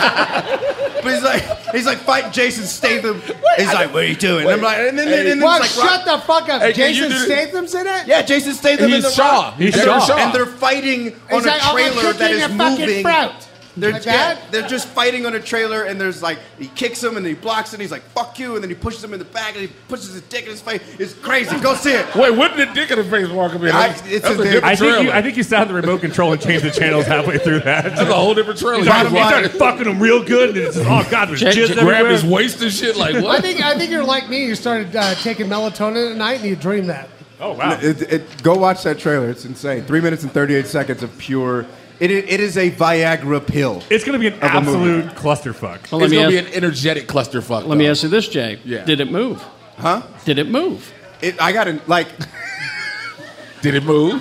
D: but he's like he's like fighting Jason Statham. He's like, what are you doing? And I'm like, and then, and then
E: Well,
D: it's like,
E: shut the fuck up.
F: Hey, can you
E: Jason
F: do the-
E: Statham's in it.
D: yeah, Jason Statham. and
F: He's
D: the
F: Shaw.
D: Rock.
F: He's
C: And
F: Shaw.
C: they're-
D: and they're fighting on
E: He's like,
D: a
E: I'm gonna
D: trailer
E: kick
D: that
E: you in
D: is
E: your fucking
D: moving.
E: throat.
D: They're,
E: Like
D: yeah,
E: that?
D: they're just fighting on a trailer, and there's like he kicks him and he blocks and he's like "fuck you," and then he pushes him in the back and he pushes his dick in his face. It's crazy. Go see it.
F: Wait, wouldn't the dick in the face walk up in?
D: I-
F: That's-
D: it's
F: that's
D: a
F: a
D: dick.
F: different
C: I
F: trailer.
C: think you, I think you sound the remote control and change the channels halfway through that.
F: that's a whole different trailer.
C: He
F: You
C: started,
F: just
C: he
F: watch
C: started
F: it,
C: fucking him real good, and it's just, oh god, there's
B: J-
C: jizz
B: J- grab
F: grab
C: everywhere.
F: his waist and shit. Like
E: I
F: what?
E: think I think you're like me. You started uh, taking melatonin at night and you dream that.
C: oh wow.
D: go watch that trailer. It's insane. Three minutes and thirty-eight seconds of pure. It, it is a Viagra pill.
C: It's going to be an
D: a movie.
C: absolute clusterfuck.
B: Well, let
F: it's
B: me
F: gonna
B: ask,
F: be an energetic clusterfuck.
B: let me
F: though.
B: ask you this, Jay.
F: Yeah.
B: Did it move?
D: Huh?
B: Did it move?
D: It, I got it. Like
F: Did it move?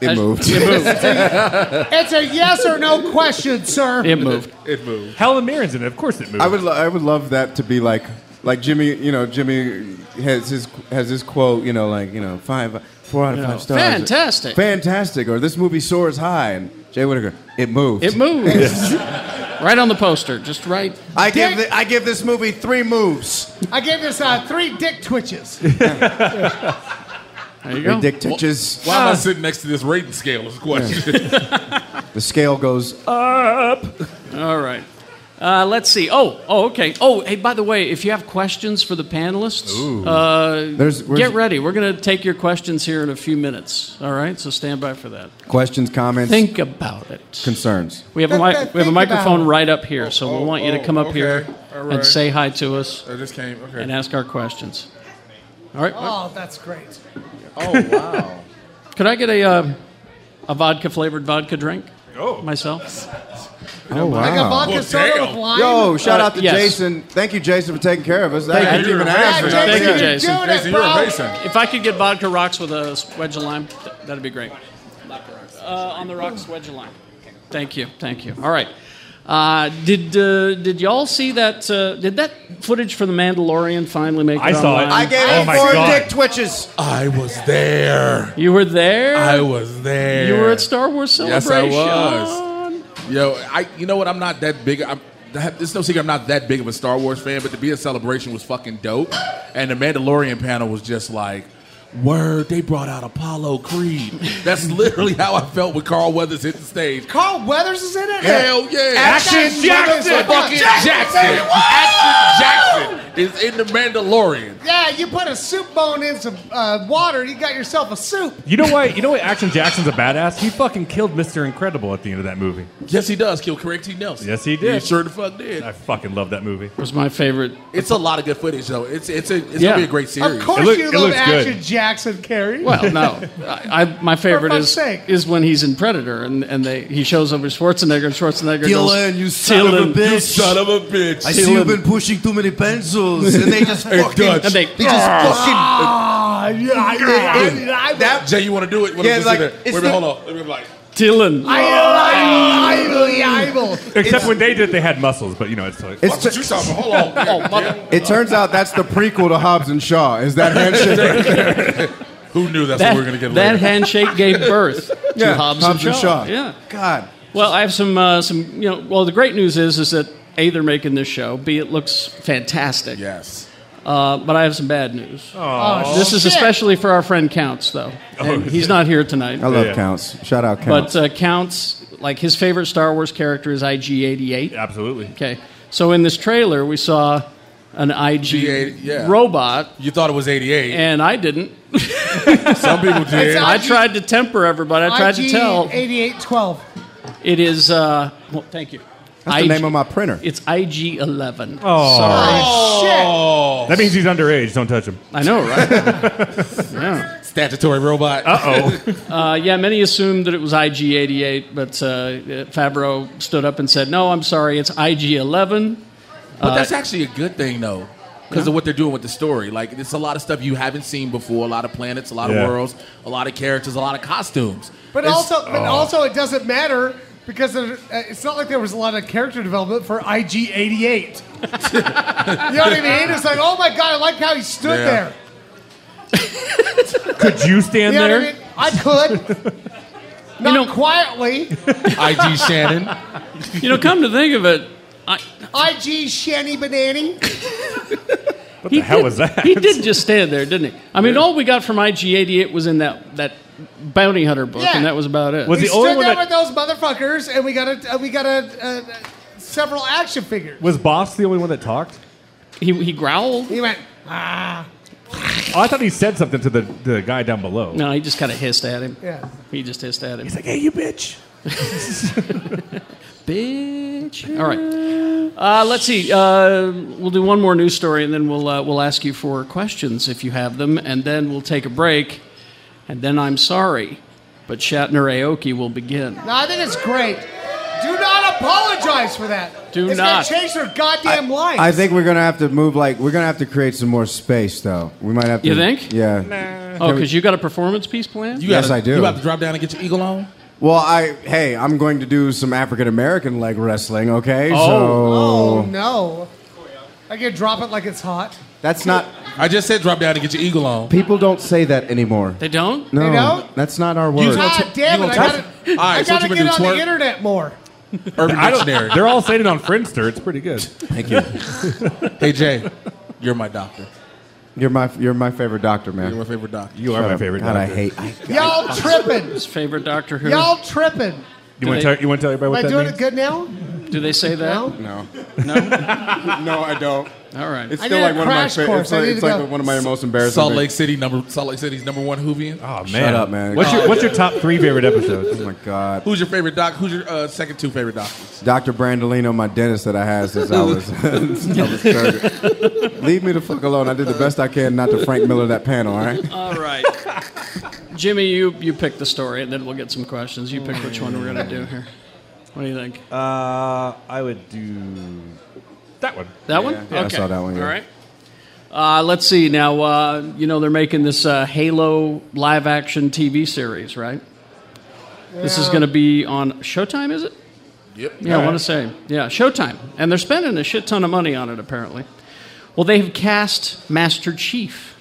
D: it moved.
E: It's a yes or no question, sir.
B: It moved.
F: It moved.
C: Helen Mirren's in it. Of course it moves.
D: I would lo- I would love that to be like like Jimmy you know Jimmy has his has his quote you know like you know five four out of five stars
B: fantastic.
D: fantastic or this movie soars high and Jay Whittaker it moved
B: It moved. right on the poster. Just right.
D: I give
E: Dick.
D: the, I give this movie three moves
E: I gave this uh, three dick twitches.
B: There you go. Ah.
D: dick touches
F: Why am I sitting next to this rating scale? Is the question.
D: the scale goes up.
B: All right. Uh, let's see. Oh, oh, okay. Oh, hey, by the way, if you have questions for the panelists, uh,
D: There's- where's-
B: get ready. We're going to take your questions here in a few minutes. All right, so stand by for that.
D: questions comments
B: Think about it.
D: concerns
B: We have a,
E: Th-
B: mi-
E: th-
B: we have
E: think
B: a microphone
E: about it.
B: right up here, so
F: oh,
B: we want you to
F: oh,
B: come up
F: okay.
B: here
F: All
B: and
F: right.
B: say hi to us
F: I just came. Okay.
B: and ask our questions. All right.
E: Oh, that's great.
D: oh wow
B: Could I get a uh, a vodka flavored vodka drink
C: Oh.
B: myself?
D: oh
E: I got
D: wow.
E: vodka
F: Well,
E: soda
F: damn.
E: with lime.
D: Yo, shout
B: Uh,
D: out to
B: yes.
D: Jason. Thank you, Jason, for taking care of us. I
B: Thank
D: didn't
B: you.
D: even
F: You're
D: ask
E: yeah,
D: for
E: Jason,
D: that.
B: Thank you,
E: you're
B: Jason.
E: doing
F: Jason,
E: it,
F: you're
E: bro.
F: a mason.
B: If I could get vodka rocks with a wedge of lime, th- that'd be great. Uh, on the rocks, wedge of lime. Thank you, thank you. All right. Uh, did uh, did y'all see that? Uh, did that footage for the Mandalorian finally make it?
C: I saw it.
B: online?
D: I gave
C: Oh
D: him
C: my
D: four
C: God.
D: dick twitches.
F: I was there.
B: You were there.
F: I was there.
B: you were at Star Wars
F: Yes, I
B: Celebration.
F: was. Yo, I you know what? I'm not that big. I'm, that- it's no secret I'm not that big of a Star Wars fan, but to be a celebration was fucking dope. And the Mandalorian panel was just like, Word, they brought out Apollo Creed. That's literally how I felt when Carl Weathers hit the stage.
E: Carl Weathers is in it.
F: Hell yeah!
E: Action Jackson!
F: Fucking Jackson!
E: Jackson! Woo!
F: Action Jackson is in the Mandalorian.
E: Yeah, you put a soup bone in some uh, water, you got yourself a soup.
C: You know why? You know why Action Jackson's a badass? He fucking killed Mr. Incredible at the end of that movie.
F: Yes, he does kill Craig T. Nelson.
C: Yes, he did.
F: He sure the fuck did.
C: I fucking love that movie.
B: was my favorite.
F: It's a lot of good footage though. It's it's a, it's
B: Yeah.
F: gonna be a great series.
E: Of course
C: It look-
E: you
C: it
E: love
C: looks good.
E: Action Jackson, Carrie.
B: Well, no, I, I my favorite
E: fuck's
B: is
E: sake.
B: is when he's in Predator and, and they he shows over Schwarzenegger and Schwarzenegger goes,
G: Dylan, you son
B: Dylan,
G: of a bitch.
F: You son of a bitch.
G: I see you've been pushing too many pencils, and they just
F: Hey,
G: fucking,
F: Dutch.
G: they,
B: And they-
G: just
E: Ah, yeah, I- I- I-
D: That
F: Jay, you want to do it? What
D: Yeah,
F: I'm just
D: like,
F: sitting there.
D: it's
F: Wait a minute,
D: the-
F: hold on. Let me like.
B: Dylan.
E: I- I- I- I-
C: Except when they did, they had muscles, but you know it's like.
F: Watch what you talking about. Hold on.
B: Oh, mother-
D: It turns out that's the prequel to Hobbs and Shaw. Is that handshake?
F: Who knew that's
B: that,
F: what we are gonna get
B: that
F: later?
B: handshake gave birth to
D: Yeah,
B: Hobbs, and Shaw. Yeah.
D: God.
B: Well, I have some uh, some you know. Well, the great news is is that a they're making this show. B it looks fantastic.
F: yes.
B: Uh, but I have some bad news.
E: Oh,
B: this is
E: shit.
B: especially for our friend Counts though, and
C: Oh,
B: he's
C: yeah.
B: not here tonight.
D: I love
C: Yeah.
D: counts. Shout out counts.
B: But uh, Counts, like his favorite Star Wars character is IG88.
C: Absolutely.
B: Okay. So in this trailer, we saw an IG
F: yeah.
B: robot,
F: You thought it was 88.
B: and I didn't.
F: Some people did.
E: It's-
B: I
E: IG
B: tried to temper everybody. I tried to
E: IG
B: tell.
E: 8812.
B: It is. Uh, well,
D: Oh,
B: thank you.
D: that's the name of my printer.
B: It's IG eleven.
C: Oh.
E: Oh,
C: That means he's underage. Don't touch him.
B: I know, right? yeah.
F: Statutory robot.
C: Uh oh.
B: Uh, yeah. Many assumed that it was IG eighty eight, but uh, Fabro stood up and said, "No, I'm sorry. It's IG eleven. Uh,
F: But that's actually a good thing, though, because of what they're doing with the story. Like, it's a lot of stuff you haven't seen before. A lot of planets, a lot
C: Yeah.
F: of worlds, a lot of characters, a lot of costumes.
E: But
F: It's- oh.
E: also, but also, it doesn't matter because there- uh, it's not like there was a lot of character development for IG88. you know what I mean? It's like, oh my god, I like how he stood
F: Yeah.
E: there.
C: Could you stand
E: You know
C: there?
E: what I mean? I could. Not
B: know-
E: quietly.
F: IG Shannon.
B: You know, come to think of it, I,
E: IG Shanny Banani.
C: What
B: He
C: the hell
B: did-
C: was that?
B: He did just stand there, didn't he? I mean, all we got from IG88 was in that, that bounty hunter book,
E: Yeah.
B: and that was about it.
C: Was
E: We
C: The only
E: stood
C: one
E: there
C: that-
E: with those motherfuckers, and we got a uh, we got a, uh several action figures.
C: Was Boss the only one that talked?
B: he, he growled.
E: He went ah
C: Oh, I thought he said something to the, to the guy down below.
B: No, he just kind of hissed at him.
E: yeah.
B: He just hissed at him.
C: He's like, hey, you bitch.
B: Bitch. All right. Uh, let's see. Uh, we'll do one more news story, and then we'll uh, we'll ask you for questions if you have them, and then we'll take a break, and then I'm sorry, but Shatner Aoki will begin.
E: No, I think it's great. Do not apologize for that.
B: Do
E: it's
B: not.
E: gonna change their goddamn life.
D: I think we're gonna have to move. Like we're gonna have to create some more space, though. We might have to.
B: You think?
D: Yeah.
B: Oh, because you got a performance piece planned?
F: You
D: Yes,
F: gotta-
D: I do.
F: You about to drop down and get your eagle on?
D: Well, I hey, I'm going to do some African American leg wrestling. Okay.
E: Oh
D: So
E: no! I can drop it like it's hot.
D: that's not.
F: I just said drop down and get your eagle on.
D: People don't say that anymore.
B: they don't?
D: No,
E: They don't?
D: that's not our
F: You
D: word.
F: don't-
E: God damn
F: you
E: it! I
F: gonna
E: gotta,
F: twerk? All
E: I
F: right, so what
E: gotta
F: you
E: get
F: gonna
E: on
F: do,
E: the
F: twerk?
E: internet more.
F: Urban Dictionary.
C: They're all saying it on Friendster. It's pretty good.
D: Thank you.
F: hey, Jay, you're my doctor.
D: You're my you're my favorite doctor, man.
F: You're my favorite doctor.
C: You are my favorite.
D: God, I
C: doctor.
D: hate. I,
E: Y'all tripping?
B: His favorite Doctor Who.
E: Y'all tripping?
C: You want
B: Do they-
C: to tell, you wanna tell everybody
E: Am I
C: what that means?
E: doing it good now?
B: Do they say that?
E: No.
D: no. No. no, I don't.
B: All right.
D: It's
E: I
D: still
E: need a
D: like one of my
E: crash
D: fa-
E: course.
D: it's
E: I
D: like,
E: need
D: it's
E: to go-
D: like one of my most embarrassing.
F: Salt
D: things.
F: Lake City, number Salt Lake City's number one Hoovian.
C: Oh, man.
D: up, man.
C: What's your, what's your top three favorite
D: Oh
C: episodes?
D: my god.
F: Who's your favorite doc? Who's your uh, second two favorite doctors?
D: Dr. Brandolino, my dentist that I had since I was, since I was 30. Leave me the fuck alone. I did the best I can not to Frank Miller that panel, all right?
B: All right. Jimmy, you, you pick the story, and then we'll get some questions. You pick which one we're going to do here. What do you think?
C: Uh, I would do that one.
B: That one?
D: yeah, I
B: okay.
D: saw that one, yeah.
B: All right. Uh, let's see. Now, uh, you know, they're making this uh, Halo live action TV series, right? This is going to be on Showtime, is it?
F: Yep.
B: Yeah, I want to say. Yeah, Showtime. And they're spending a shit ton of money on it, apparently. Well, they've cast Master Chief.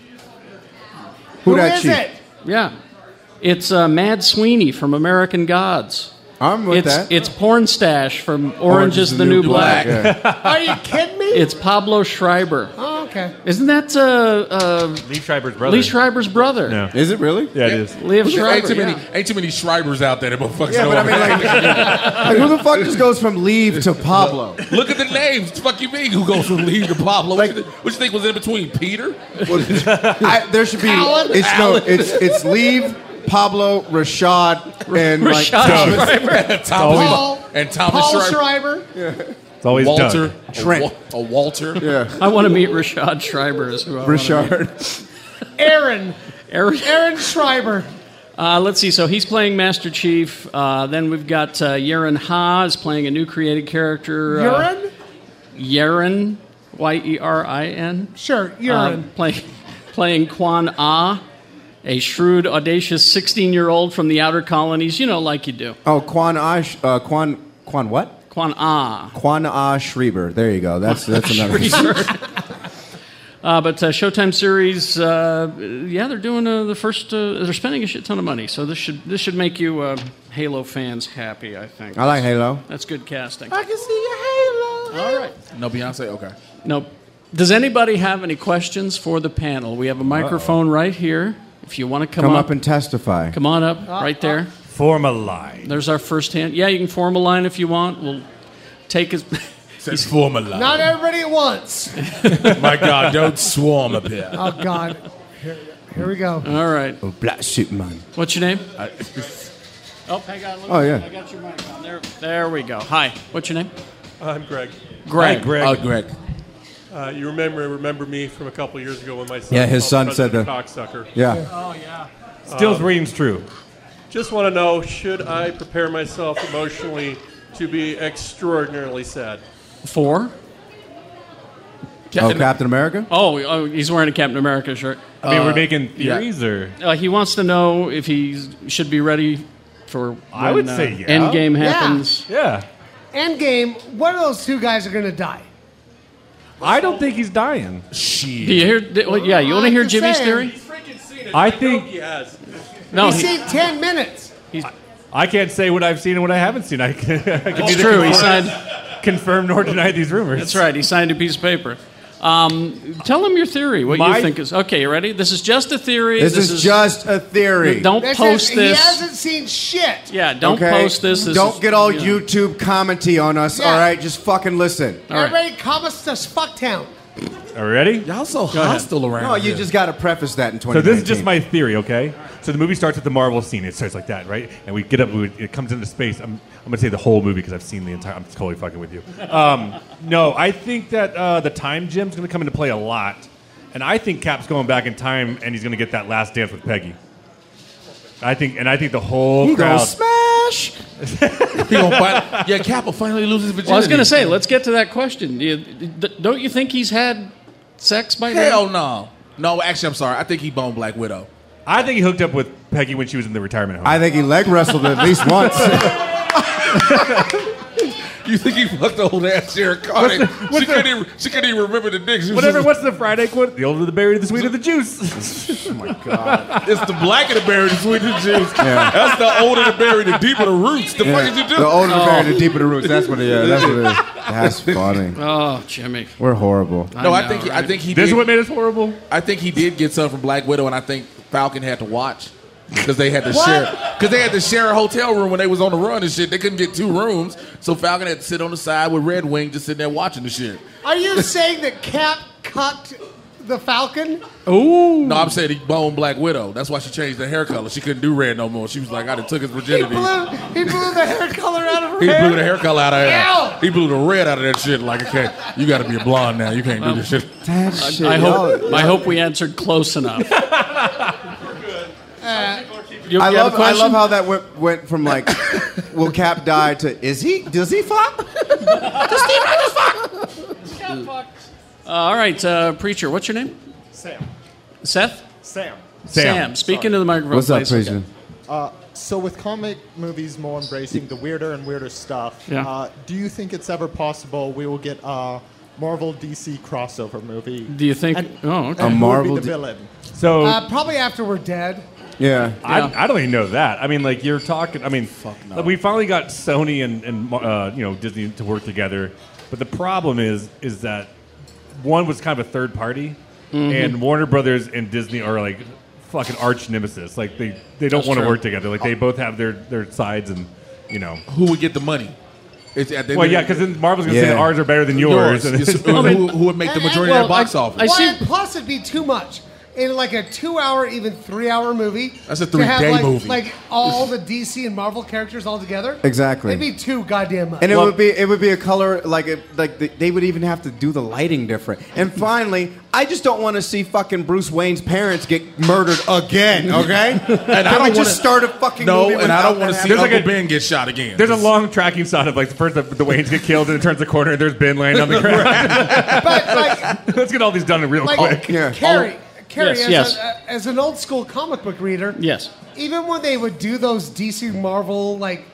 D: Who,
E: Who
D: that
E: is
D: chief?
E: it?
B: Yeah. It's uh, Mad Sweeney from American Gods.
D: I'm with
B: it's,
D: that.
B: It's Porn Stash from Orange, is the New, Black.
D: Yeah.
E: Are you kidding me?
B: It's Pablo Schreiber.
E: oh okay.
B: Isn't that uh, uh,
C: Lee Schreiber's brother.
B: Lee Schreiber's brother?
C: Yeah.
D: Is it really?
C: Yeah, it is.
B: Liev
F: Ain't
B: Schreiber.
F: too many,
B: yeah.
F: ain't too many Schreibers out there that motherfuckers
D: Yeah,
F: know.
D: but I mean, like, like, who the fuck just goes from leave to Pablo?
F: Look at the names. Fuck you mean who goes from Lee to Pablo? What,
D: Like-
F: you think, what you think was in between? Peter?
D: I, there should be.
F: Alan?
D: it's
F: Alan.
D: no. It's it's leave Pablo Rashad and like
B: Rashad
D: Thomas
F: Tom
E: Paul
F: and Thomas
E: Paul
F: Schreiber.
E: Schreiber.
C: It's always
F: Walter.
C: Doug.
D: Trent.
F: A, Wa- a Walter.
B: I want to meet Rashad Schreiber is who I want to meet.
D: Rashard.
E: Aaron.
B: Eric-
E: Aaron Schreiber.
B: Uh, let's see. So he's playing Master Chief. Uh, then we've got uh, Yeren Ha is playing a new created character. Uh,
E: Urine?
B: Yeren, Y E R I N.
E: Sure,
B: Um,
E: urine.
B: play, playing Quan Ah, a shrewd, audacious 16 year old from the outer colonies, you know, like you do.
D: Oh, Quan Ash. Uh, Quan Quan what?
B: Quan Ah.
D: Quan A Schreiber. There you go. That's that's another.
B: Uh, but uh, Showtime series, uh, yeah, they're doing uh, the first. Uh, they're spending a shit ton of money, so this should this should make you uh, Halo fans happy. I think
D: I like Halo.
B: that's good casting.
D: I can see your Halo.
B: All right.
F: No, Beyonce? Okay.
B: Now, does anybody have any questions for the panel? We have a microphone right here. If you want to come,
D: Come up and testify.
B: come on up, right there.
C: Form a line.
B: There's our first hand. Yeah, you can form a line if you want. We'll take as.
F: Says form a line.
E: Not everybody at once.
F: Oh My God, don't swarm up here.
E: Oh, God. Here, here we go.
B: All right.
D: Oh, Black Superman.
B: What's your name? oh, hang on. Let me,
D: Oh, yeah.
B: I got your mic on. There, there we go. Hi. What's your name?
H: I'm Greg.
B: Greg.
C: Hi, Greg.
F: Oh, Greg.
H: Uh, you remember remember me from a couple years ago when my son
D: Yeah, his
H: called
D: son said
H: President cocksucker. Um,
D: Yeah.
B: Oh yeah.
C: Still's reading's true.
H: Just want to know: Should I prepare myself emotionally to be extraordinarily sad?
B: Four.
D: Oh, Captain America. Uh,
B: Oh, oh, he's wearing a Captain America shirt.
C: I mean, we're making
F: yeah.
C: theories, or
B: Uh, he wants to know if he should be ready for. When, uh,
C: I would say yeah.
B: Endgame
E: Yeah.
B: happens.
C: yeah,
E: Endgame, one of those two guys are going to die.
C: I don't think he's dying.
B: Do
F: Shit.
B: you hear? di- well, yeah, you want to
E: I'm
B: hear
E: just
B: Jimmy's
E: saying.
B: theory?
H: freaking seen it.
C: I I know think- he
H: he has.
B: No,
E: He's
B: he-
E: seen 10 minutes.
C: I can't say what I've seen and what I haven't seen. I can, I can
B: it's
C: neither
B: true. He
C: confirm-
B: signed.
C: confirm nor deny these rumors.
B: That's right. He signed a piece of paper. Um, tell him your theory. What
C: My-
B: you think is okay? You ready? This is just a theory.
D: This, is, just a theory.
B: Don't
E: This
B: post
E: is-
B: this.
E: He hasn't seen shit.
B: yeah, don't
D: okay?
B: post this. this
D: Don't
B: is-
D: get all
B: yeah.
D: YouTube commenty on us.
E: Yeah.
D: All right, just fucking listen.
B: All right.
E: Everybody comments to Fucktown.
C: Are we ready?
F: Y'all so hostile around
D: No, you
F: here.
D: just got to preface that in 2019.
C: So this is just my theory, okay? So the movie starts with the Marvel scene. It starts like that, right? And we get up. We, it comes into space. I'm, I'm gonna say the whole movie because I've seen the entire. I'm totally fucking with you. Um, no, I think that uh, the time gem's gonna come into play a lot, and I think Cap's going back in time and he's gonna get that last dance with Peggy. I think, and I think the whole
D: He
C: crowd.
D: gonna smash.
F: He gonna fi- yeah, Cap will finally lose his virginity.
B: Well, I was going to say, let's get to that question. Do you, d- don't you think he's had sex by now?
F: Hell no. No, actually, I'm sorry. I think he boned Black Widow.
C: I think he hooked up with Peggy when she was in the retirement home.
D: I think he leg wrestled at least once.
F: You think he fucked old ass Sharon Carter?
C: What's the- what's
F: she,
C: the-
F: couldn't even, she couldn't even remember the dick. She was
C: Whatever.
F: just-
C: What's the Friday quote? The older the berry, the sweeter the juice.
D: Oh,
F: It's the black of the berry, the sweeter the juice. That's the older the berry, the deeper the roots. The fuck did you do? Oh.
D: The older the berry, the deeper the roots. That's what it is. That's what it is. That's funny.
B: Oh, Jimmy.
D: We're horrible.
F: no, I,
B: know,
F: think he, I
B: right?
F: think he
C: this is
F: did.
C: what made us horrible.
F: I think he did get some from Black Widow, and I think Falcon had to watch because they had to
E: What?
F: share because they had to share a hotel room when they was on the run and shit. They couldn't get two rooms, so Falcon had to sit on the side with Red Wing just sitting there watching the shit.
E: Are you saying that Cap cocked the Falcon?
F: No, I'm saying he boned Black Widow. That's why she changed the hair color. She couldn't do red no more. She was like, I done took his
E: He
F: virginity.
E: blew, he blew the hair color out of her
F: He
E: hair.
F: blew the hair color out of
E: Ow!
F: that. He blew the red out of that shit. Like, okay, you got to be a blonde now. You can't do this shit.
D: That shit.
B: I hope,
D: y'all-
B: I hope we answered close enough. You-
D: I
B: you have
D: love.
B: a
D: I
B: question?
D: love how that went, went from like, will Cap die to is he? Does he fuck?
B: Uh, all right, uh, preacher, what's your name?
H: Sam.
B: Seth.
H: Sam.
C: Sam.
B: speak into the microphone. please.
D: Jason?
I: Uh, So with comic movies more embracing the weirder and weirder stuff,
B: Yeah.
I: uh, do you think it's ever possible we will get a Marvel DC crossover movie?
B: Do you think?
I: And-
B: oh, okay.
D: A
I: and who would
D: Marvel
I: be
D: D-
I: the villain?
C: So
E: Uh, probably after we're dead.
D: Yeah.
B: Yeah.
C: I, I don't even know that. I mean, like you're talking. I mean, like, we finally got Sony and and uh, you know Disney to work together, but the problem is is that one was kind of a third party,
F: Mm-hmm.
C: and Warner Brothers and Disney are like fucking arch nemesis. Like they, they don't
B: That's
C: want to
B: true.
C: work together. Like they both have their, their sides, and you know.
F: Who would get the money? It's at the end
C: Well,
F: of
C: yeah,
F: the-
C: because then Marvel's gonna say
D: Yeah.
C: that ours are better than yours. and
F: Yes,
C: it's-
F: who, who- who would make the
E: And-
F: majority
E: and-
F: of that box
B: well,
F: office?
B: I-
E: Well,
B: see-
E: and plus it'd be too much. In like a two-hour, even three-hour movie,
F: That's a
E: to
F: three-day
E: have, like-
F: movie.
E: Like all the DC and Marvel characters all together,
D: Exactly.
E: It'd be too goddamn much.
D: And it would be it would be a color like it, like the, they would even have to do the lighting different. And finally, I just don't want to see fucking Bruce Wayne's parents get murdered again. Okay, and Can
F: I
D: we
F: don't wanna-
D: just start a fucking
F: no,
D: movie
F: and I
D: without
F: don't want to
D: that
F: see
C: There's
F: Uncle
C: like a-
F: Ben get shot again.
C: There's a long tracking shot of like the first the, the Waynes get killed and it turns the corner and there's Ben laying on the ground.
E: but like,
C: Let's get all these done real
E: like
C: quick.
D: yeah.
E: Carrie, Carrie,
B: Yes,
E: as,
B: yes.
E: A, as an old school comic book reader,
B: Yes.
E: even when they would do those DC Marvel like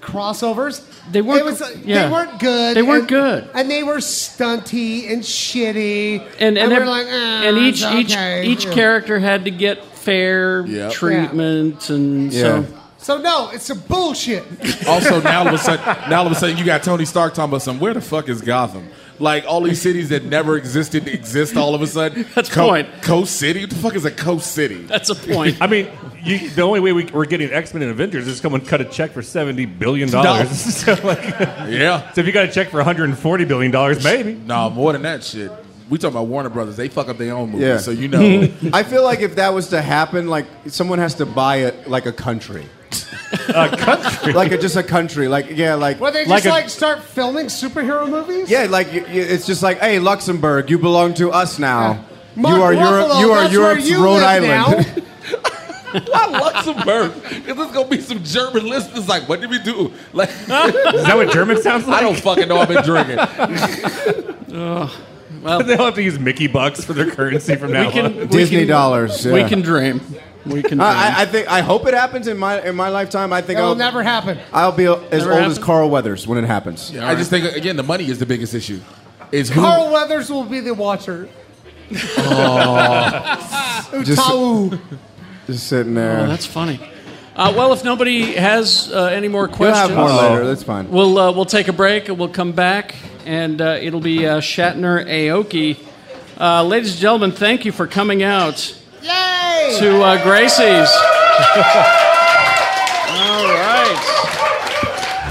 E: crossovers,
B: They weren't
E: it was, uh,
B: gr- yeah.
E: they weren't good.
B: They weren't
E: and-
B: good.
E: and they were stunty and shitty.
B: and and,
E: we're
B: ev-
E: like, "Ah,
B: and each
E: it's okay."
B: each each
E: Yeah.
B: character had to get fair
F: Yep.
B: treatment, and so
E: So no, it's a bullshit.
F: also now all of a sudden now all of a sudden you got Tony Stark talking about some where the fuck is Gotham? Like all these cities that never existed exist all of a sudden.
B: That's point.
F: Coast City? What the fuck is a coast city?
B: that's a point.
C: I mean, you, the only way we, we're getting X Men and Avengers is someone cut a check for seventy billion dollars. so, like,
F: Yeah.
C: so if you got a check for one hundred and forty billion dollars, maybe.
F: No, more than that shit. We talking about Warner Brothers. They fuck up their own movies,
D: Yeah.
F: so you know.
D: I feel like if that was to happen, like someone has to buy it like a country, a country, like a, just a country, like yeah, like
E: Where they just
C: Like
E: like,
C: a-
E: start filming superhero movies?
D: yeah, like y- y- it's just like hey, Luxembourg, you belong to us now.
E: Mark
D: you are
E: Ruffalo,
D: Europe. You are
E: that's where
D: Europe's
E: you
D: Rhode
E: live
D: Island.
E: now.
F: Luxembourg. Is this gonna be some German listeners like, what did we do? Like
C: Is that what German sounds like?
F: I don't fucking know I've been drinking.
C: They'll have to use Mickey bucks for their currency from now on.
D: Disney
B: we can,
D: dollars.
B: We
D: yeah.
B: can dream. We can. Dream.
D: I, I- I think I hope it happens in my in my lifetime. I think
E: It'll
D: I'll
E: never happen.
D: I'll be as old as
B: happen?
D: Carl Weathers when it happens.
F: I just think again the money is the biggest issue. Is who
E: Carl Weathers will be the watcher.
D: Just,
E: Tau.
D: just sitting there.
B: oh, that's funny. Uh, well, if nobody has uh, any more
D: We'll
B: questions,
D: have more later. That's fine.
B: We'll uh, we'll take a break and we'll come back and uh, it'll be uh, Shatner Aoki. Uh, ladies and gentlemen, thank you for coming out
E: Yay!
B: to uh, Gracie's. All right.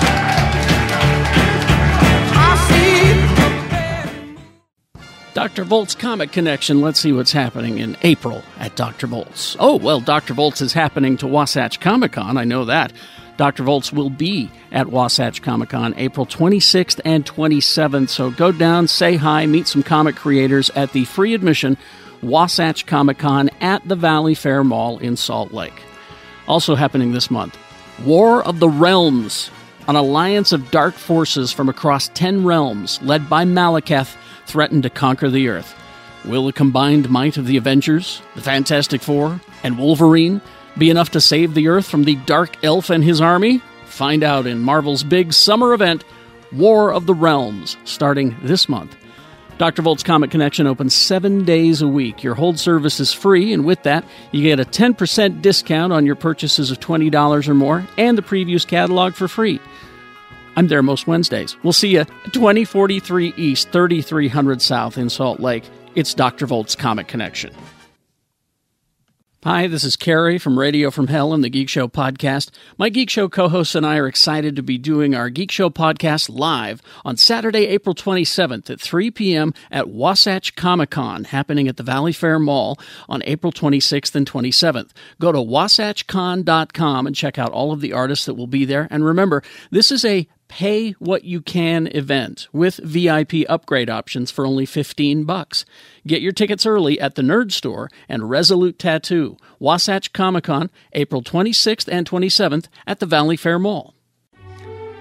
B: Dr. Volt's Comic Connection. Let's see what's happening in April at Dr. Volt's. Oh, well, Dr. Volt's is happening to Wasatch Comic Con. I know that. Dr. Volt's will be at Wasatch Comic Con April 26th and 27th. So go down, say hi, meet some comic creators at the free admission Wasatch Comic Con at the Valley Fair Mall in Salt Lake. Also happening this month War of the Realms, an alliance of dark forces from across 10 realms, led by Malekith, threaten to conquer the Earth. Will the combined might of the Avengers, the Fantastic Four, and Wolverine be enough to save the Earth from the Dark Elf and his army? Find out in Marvel's big summer event, War of the Realms, starting this month. Dr. Volt's Comic Connection opens seven days a week. Your hold service is free, and with that, you get a 10% discount on your purchases of $20 or more and the previews catalog for free. I'm there most Wednesdays. We'll see you at 2043 East, 3300 South in Salt Lake. It's Dr. Volt's Comic Connection. Hi, this is Carrie from Radio from Hell and the Geek Show podcast. My Geek Show co hosts and I are excited to be doing our Geek Show podcast live on Saturday, April 27th at 3 p.m. at Wasatch Comic Con, happening at the Valley Fair Mall on April 26th and 27th. Go to wasatchcon.com and check out all of the artists that will be there. And remember, this is a pay what you can event with VIP upgrade options for only 15 bucks. Get your tickets early at the Nerd Store and Resolute Tattoo, Wasatch Comic-Con, April 26th and 27th at the Valley Fair Mall.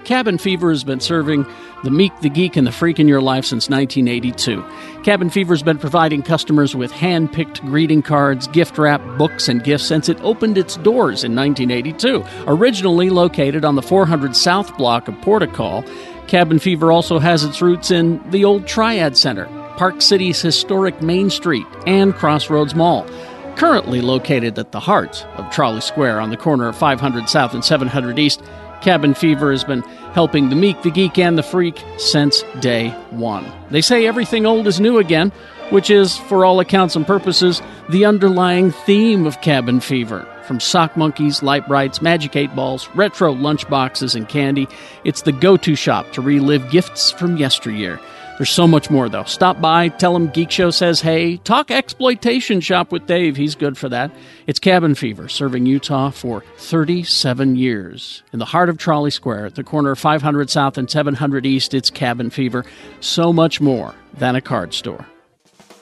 B: Cabin Fever has been serving the meek, the geek, and the freak in your life since 1982. Cabin Fever has been providing customers with hand picked greeting cards, gift wrap, books, and gifts since it opened its doors in 1982. Originally located on the 400 South Block of Portical, Cabin Fever also has its roots in the old Triad Center, Park City's historic Main Street, and Crossroads Mall. Currently located at the heart of Trolley Square on the corner of 500 South and 700 East, Cabin Fever has been helping the meek, the geek, and the freak since day one. They say everything old is new again, which is, for all accounts and purposes, the underlying theme of Cabin Fever. From sock monkeys, light brights, magic eight balls, retro lunchboxes, and candy, it's the go to shop to relive gifts from yesteryear. There's so much more, though. Stop by, tell him Geek Show says hey. Talk exploitation shop with Dave. He's good for that. It's Cabin Fever, serving Utah for 37 years. In the heart of Trolley Square, at the corner of 500 South and 700 East, it's Cabin Fever. So much more than a card store.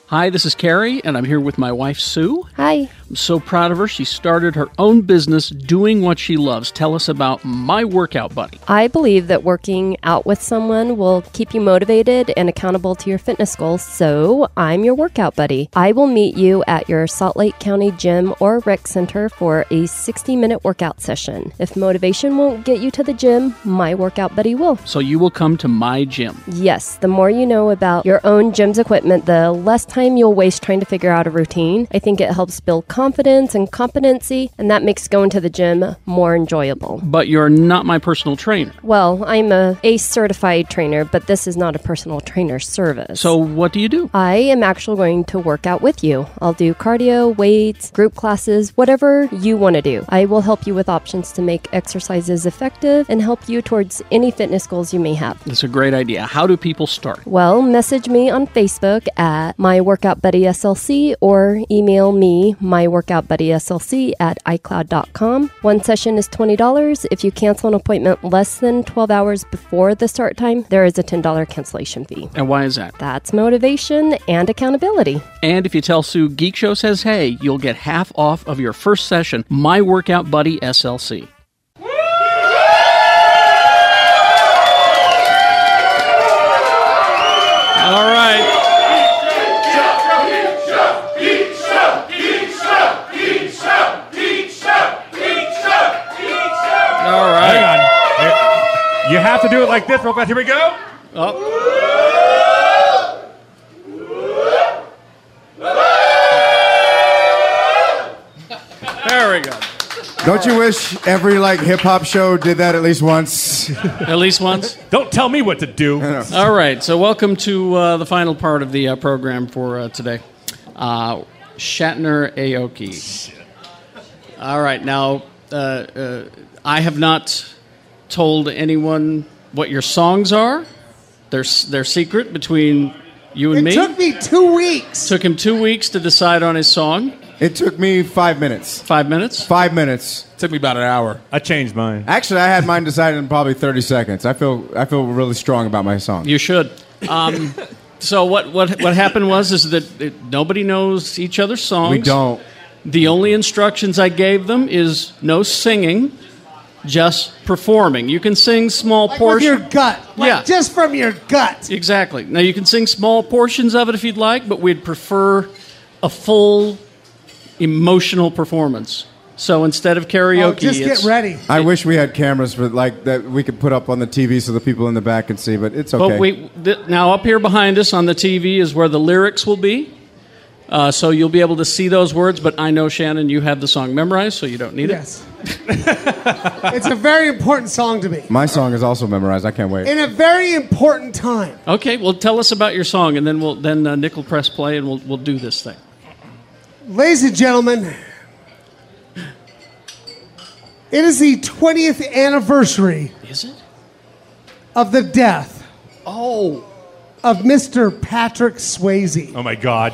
B: Hi, this is Carrie, and I'm here with my wife, Sue.
J: Hi.
B: I'm so proud of her. She started her own business doing what she loves. Tell us about My Workout Buddy.
J: I believe that working out with someone will keep you motivated and accountable to your fitness goals, so I'm your workout buddy. I will meet you at your Salt Lake County gym or rec center for a 60 minute workout session. If motivation won't get you to the gym, my workout buddy will.
B: So you will come to my gym.
J: Yes, the more you know about your own gym's equipment, the less time you'll waste trying to figure out a routine. I think it helps build confidence and competency, and that makes going to the gym more enjoyable.
B: But you're not my personal trainer.
J: Well, I'm a ACE certified trainer, but this is not a personal trainer service.
B: So what do you do?
J: I am actually going to work out with you. I'll do cardio, weights, group classes, whatever you want to do. I will help you with options to make exercises effective and help you towards any fitness goals you may have.
B: That's a great idea. How do people start?
J: Well, message me on Facebook at my workout buddy SLC or email me my workout buddy SLC at iCloud.com. One session is $20. If you cancel an appointment less than 12 hours before the start time, there is a $10 cancellation fee.
B: And why is that?
J: That's motivation and accountability.
B: And if you tell Sue Geek Show says hey, you'll get half off of your first session, My Workout Buddy SLC. All right. All
C: Hang on.
B: right.
C: Here- You have to do it like this, real fast. Here we go.
B: Oh. There we go.
D: Don't you wish every like hip hop show did that at least once?
B: At least once.
C: Don't tell me what to do.
B: All right. So, welcome to uh, the final part of the uh, program for uh, today. Uh, Shatner Aoki. All right. Now, uh, uh, I have not told anyone what your songs are. They're, s- they're secret between you and
E: It
B: me.
E: took me two weeks.
B: Took him two weeks to decide on his song.
D: It took me five minutes.
B: Five minutes.
D: Five minutes.
F: Took me about an hour.
C: I changed mine.
D: Actually, I had mine decided in probably thirty seconds. I feel I feel really strong about my song.
B: You should. Um, so what, what what happened was is that it, nobody knows each other's songs.
D: we don't.
B: The only instructions I gave them is no singing, just performing. You can sing small
E: Like with
B: portions.
E: your gut. Like
B: Yeah.
E: Just from your gut.
B: Exactly. Now you can sing small portions of it if you'd like, but we'd prefer a full emotional performance. So instead of karaoke,
E: Oh, just get
B: it's-
E: ready.
D: I wish we had cameras for like that we could put up on the TV so the people in the back can see, but it's okay.
B: But we th- now up here behind us on the TV is where the lyrics will be. Uh, so you'll be able to see those words, but I know Shannon, you have the song memorized, so you don't need it.
E: Yes. it's a very important song to me.
D: my song is also memorized. I can't wait.
E: In a very important time.
B: Okay, well, tell us about your song, and then we'll then uh, Nickel press play, and we'll we'll do this thing.
E: Ladies and gentlemen, it is the 20th anniversary
B: Is it?
E: of the death oh. of Mr. Patrick Swayze.
C: Oh my God.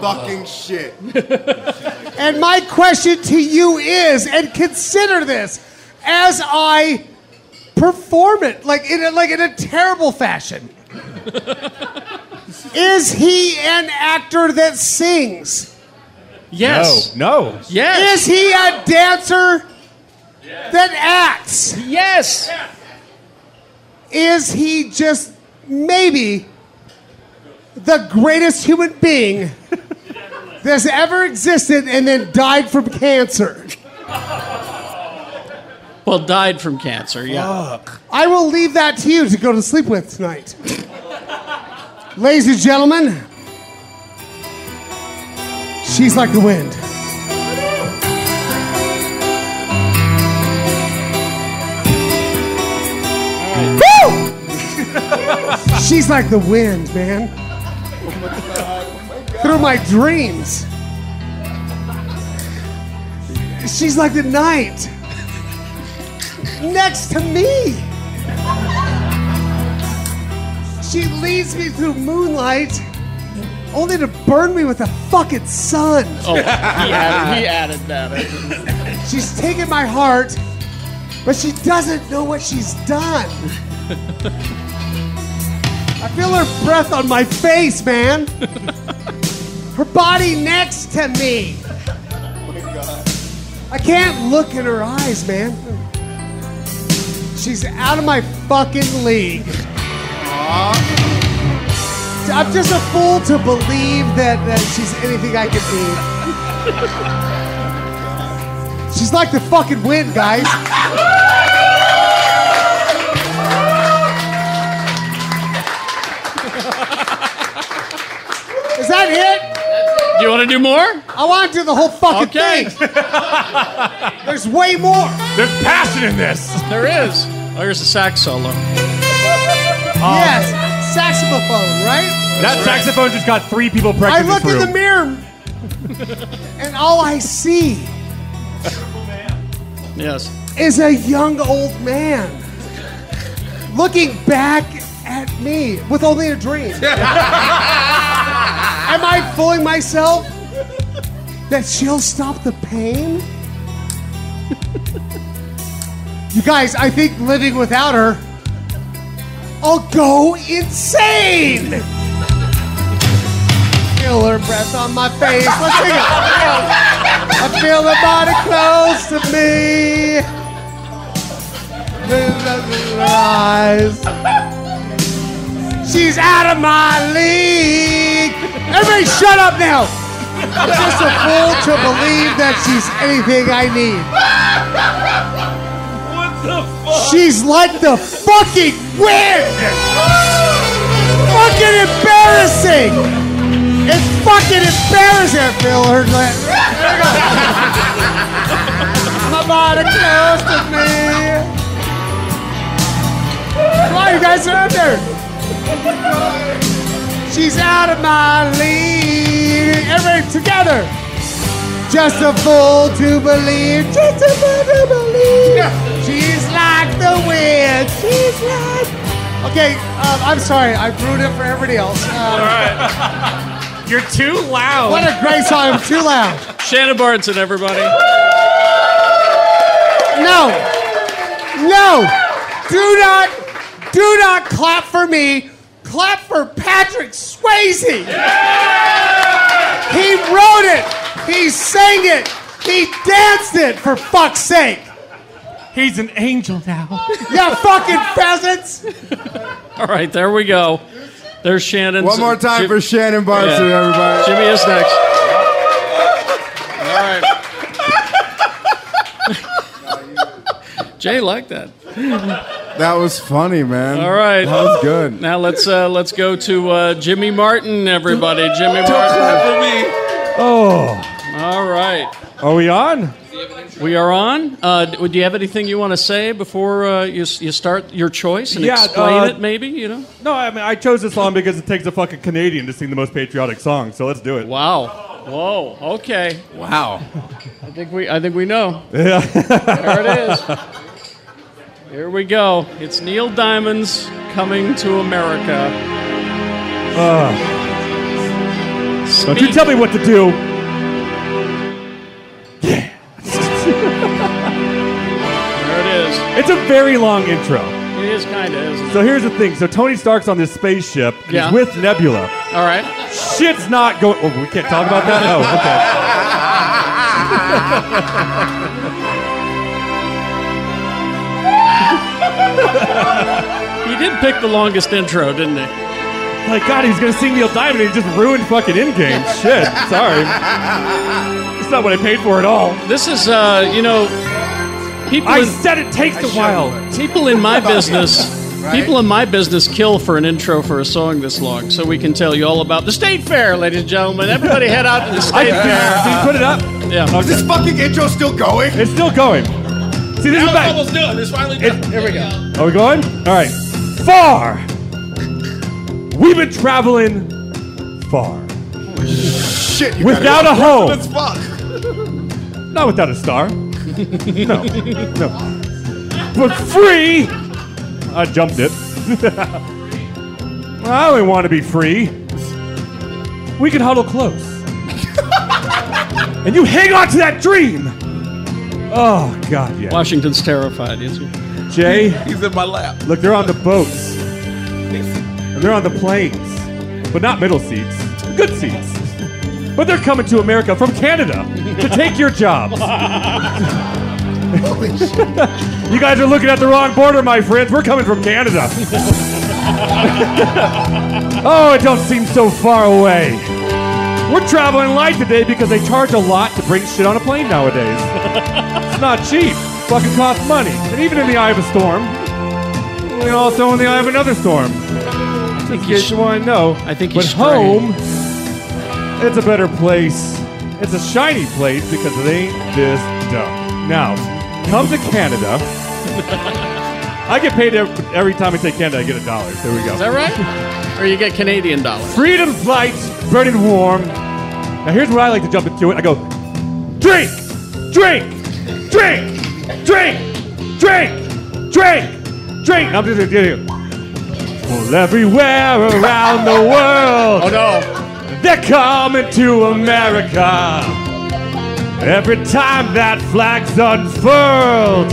D: fucking shit.
E: And my question to you is, and consider this as I perform it, like in a, like in a terrible fashion. is he an actor that sings?
B: Yes.
C: No. No.
B: Yes.
E: Is he a dancer that acts?
B: Yes.
E: Is he just maybe the greatest human being that's ever existed and then died from cancer?
B: Well, died from cancer. Yeah.
E: I will leave that to you to go to sleep with tonight. Ladies and gentlemen, she's like the wind. She's like the wind, man. Through my dreams. She's like the night. Next to me. She leads me through moonlight, only to burn me with the fucking sun.
B: Oh, he added, he added that.
E: She's taken my heart, but she doesn't know what she's done. I feel her breath on my face, man. Her body next to me. I can't look in her eyes, man. She's out of my fucking league. I'm just a fool to believe that, that she's anything I could be. She's like the fucking wind, guys. Is that it?
B: Do you want to do more?
E: I want to do the whole fucking
B: Okay.
E: thing. There's way more.
C: There's passion in this.
B: There is. Oh, here's a sax solo.
E: yes, saxophone, right?
C: Oh. That saxophone just got three people
E: I
C: pregnant
E: look
C: in this
E: in the
C: room.
E: mirror, and all I see
B: Yes.
E: is a young old man looking back at me with only a dream. Am I fooling myself that she'll stop the pain? you guys, I think living without her, I'll go insane. Feel her breath on my face. Let's sing it. I feel her body close to me. Eyes. She's out of my league. Everybody, shut up now. I'm just a fool to believe that she's anything I need. What the fuck? She's like the fucking wind. fucking embarrassing. It's fucking embarrassing. I feel her. gla- my body close to me. Come on, you guys are out there. She's out of my league. Everybody together. Just a fool to believe. Just a fool to believe. She's like the wind. She's like. Okay, um, I'm sorry. I ruined it for everybody else. Um,
C: You're too loud.
E: what a great song. I'm too loud.
B: Oh, Shannon Barneson, everybody.
E: No. No. Do not, do not clap for me. Clap for Patrick Swayze. He wrote it. He sang it. He danced it, for fuck's sake.
C: He's an angel now.
E: You fucking peasants.
B: All right, there we go. There's Shannon.
D: One more time
B: Jim-
D: for Shannon Barson,
B: Yeah.
D: everybody.
B: Jimmy is next.
F: All right.
B: Jay liked that.
D: That was funny, man.
B: All right.
D: That was good.
B: Now let's uh, let's go to uh, Jimmy Martin, everybody. Jimmy Martin.
F: Clap
C: Oh,
B: All right,
C: are we on?
B: we are on. Uh, do do you have anything you want to say before uh, you s- you start your choice and
C: Yeah,
B: explain
C: uh,
B: it? Maybe you know.
C: No, I mean I chose this song because it takes a fucking Canadian to sing the most patriotic song. So let's do it.
B: Wow. Whoa. Okay.
F: for me. Wow.
B: I think we I think we know. Yeah. there it is. Here we go. It's Neil Diamond's "Coming to America."
C: Uh. Don't you tell me what to do.
B: There it is.
C: It's a very long intro.
B: It is kind of, isn't it?
C: So here's the thing. So Tony Stark's on this spaceship. and
B: Yeah.
C: He's with Nebula.
B: All right.
C: Shit's not going. Oh, we can't talk about that. Oh, okay.
B: He did pick the longest intro, didn't he?
C: Like, God, he was going to sing Neil Diamond and he just ruined fucking in game. Shit. Sorry. It's not what I paid for at all.
B: This is, uh, you know, people
C: Oh. I
B: in,
C: said it takes a while.
B: people in my business. People in my business kill for an intro for a song this long, so we can tell you all about the state fair, ladies and gentlemen. Everybody head out to the
C: I
B: state fair.
C: can put it up.
B: Yeah.
G: Is this fucking intro still going?
C: It's still going. See, this is
F: I'm
C: back.
F: almost done. It's finally done.
C: Are we going? All right. Far We've been traveling far.
G: Shit, you
C: Without
G: gotta
C: a
G: go
C: home.
G: As fuck.
C: Not without a star. no, no. But free. I jumped it. I only want to be free. We can huddle close, and you hang on to that dream. Oh God, yeah.
B: Washington's terrified. Is he?
C: Jay,
F: He's in my lap.
C: look, they're on the boats, and they're on the planes, but not middle seats. Good seats. But they're coming to America from Canada to take your jobs. You guys are looking at the wrong border, my friends. We're coming from Canada. oh, it don't seem so far away. We're traveling light today because they charge a lot to bring shit on a plane nowadays. it's not cheap. Fucking costs money. And even in the eye of a storm, and also in the eye of another storm. Just in case you want to know. I
B: think you
C: But
B: strayed.
C: home, it's a better place. It's a shiny place because it ain't this dumb. Now, come to Canada. I get paid every, every time I say Canada, I get a dollar. There we go.
B: Is that right? or you get Canadian dollars?
C: Freedom's light, burning warm. Now here's where I like to jump into it. I go, drink, drink, drink, drink, drink, drink, drink. I'm just doing Well, everywhere around the world. Oh no. They're coming to America. Every time that flag's unfurled,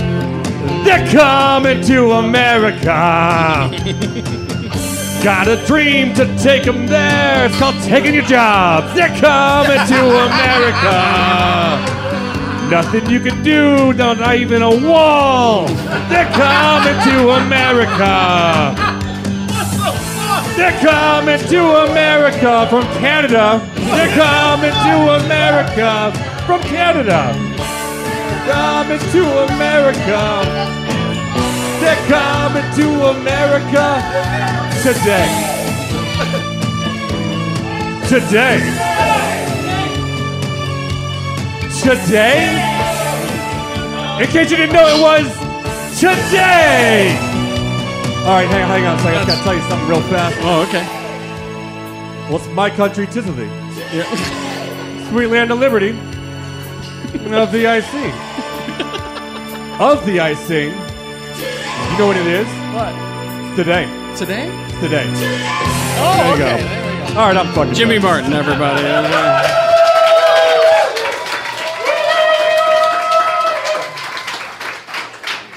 C: they're coming to America. Got a dream to take 'em there. It's called taking your jobs. They're coming to America. Nothing you can do, no, not even a wall. They're coming to America. They're coming to America from Canada. They're coming to America from Canada. Coming to America. They're coming to America today. Today. Today. In case you didn't know, it was today. All right, hang on, hang on a second. I gotta tell you something real fast.
B: Oh, okay.
C: Well, it's my country, tis of thee. Sweet land of liberty, and of the I sing. Of the I sing. You know what it is?
B: What?
C: It's today.
B: Today?
C: It's today.
B: Oh,
C: There you
B: okay.
C: go. All right, I'm fucking.
B: Jimmy
C: done.
B: Martin, everybody.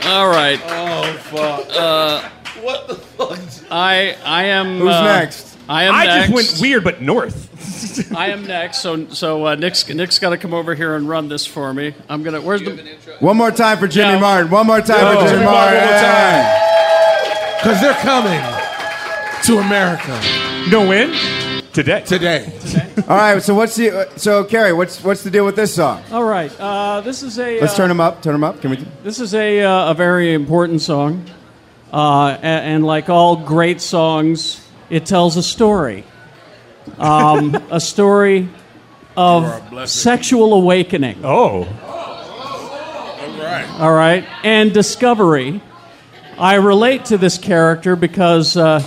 B: All right. Uh,
F: Oh fuck! what the fuck?
B: I I am.
D: Who's
B: uh,
D: next?
B: I am.
C: I
B: next.
C: just went weird, but north.
B: I am next. So so uh, Nick's Nick's got to come over here and run this for me. I'm gonna. Where's the?
D: One more time for Jimmy
B: Yeah.
D: Martin. One more time
C: Yo,
D: for Jimmy
C: Jimmy
D: Martin.
C: Martin, one more time.
F: Because they're coming to America
C: no win today.
F: today.
D: All right. So what's the uh, so Carrie? What's what's the deal with this song?
B: All right. Uh, this is a.
D: Let's
B: uh,
D: turn them up. Turn them up. Can we?
B: This is a, uh, a very important song. Uh, a- and, like all great songs, it tells a story. Um, a story of sexual awakening,
C: Oh,
B: all right, and discovery. I relate to this character because uh,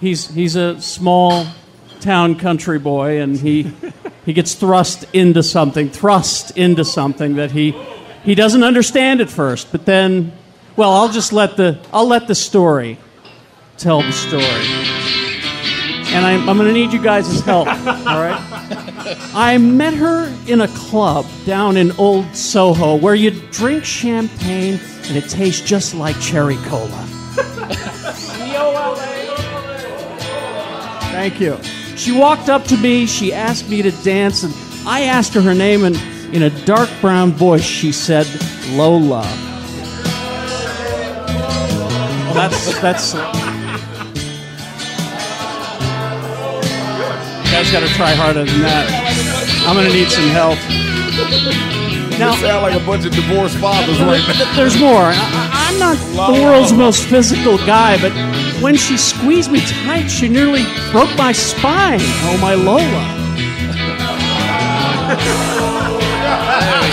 B: he's, he's a small town country boy and he, he gets thrust into something, thrust into something that he, he doesn't understand at first, but then, well, I'll just let the, I'll let the story tell the story. And I'm, I'm going to need you guys' help, all right? I met her in a club down in Old Soho where you drink champagne and it tastes just like cherry cola.
E: Thank you.
B: She walked up to me, she asked me to dance, and I asked her her name, and in a dark brown voice, she said, Lola. That's, that's. You guys gotta try harder than that. I'm gonna need some help.
F: You sound like a bunch of divorced fathers right now.
B: There's more. I- I, I'm not the world's most physical guy, but when she squeezed me tight, she nearly broke my spine. Oh, my Lola.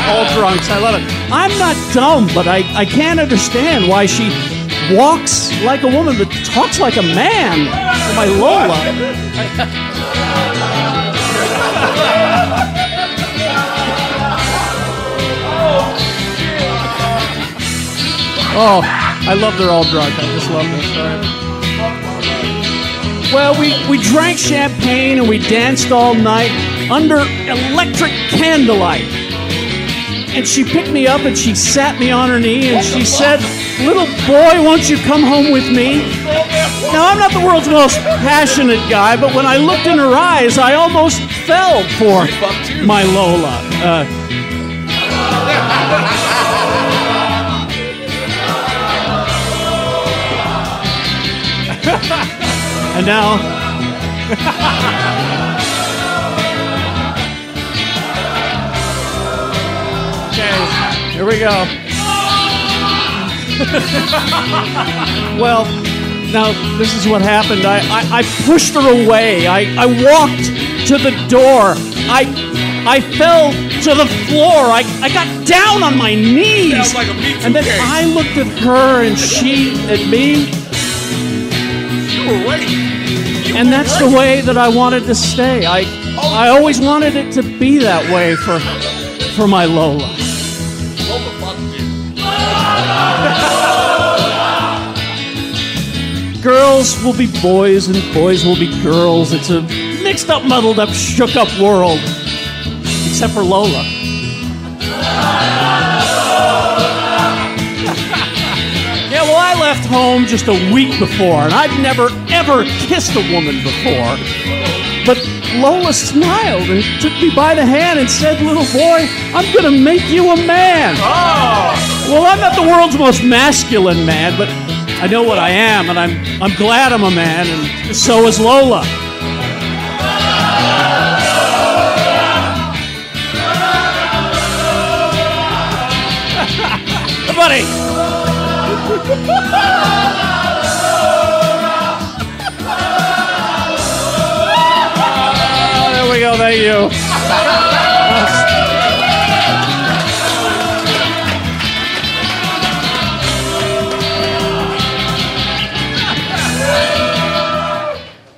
B: All drunks, I love it. I'm not dumb, but I, I can't understand why she
K: walks like a woman but talks like a man.
B: Oh,
K: My Lola. Oh, I love they're all drunk. I just love this. All right. Well, we, we drank champagne and we danced all night under electric candlelight. And she picked me up and she sat me on her knee and she said, Little boy, won't you come home with me? Now, I'm not the world's most passionate guy, but when I looked in her eyes, I almost fell for my Lola. Uh, Uh, and now. Okay, here we go. Well, now this is what happened. I, I, I pushed her away. I, I walked to the door. I I fell to the floor. I, I got down on my knees.
F: Sounds like a Me Too
K: and then
F: case.
K: I looked at her and she at me.
F: You were right.
K: And that's the way that I wanted to stay. I I always wanted it to be that way for for my Lola.
F: Lola fucked you.
K: Girls will be boys and boys will be girls. It's a mixed up, muddled up, shook up world. Except for Lola. Yeah, well, I left home just a week before, and I'd never, ever kissed a woman before. But Lola smiled and took me by the hand and said, Little boy, I'm gonna make you a man. Well, I'm not the world's most masculine man, but I know what I am, and I'm, I'm glad I'm a man, and so is Lola. Buddy! Oh, there we go, thank you.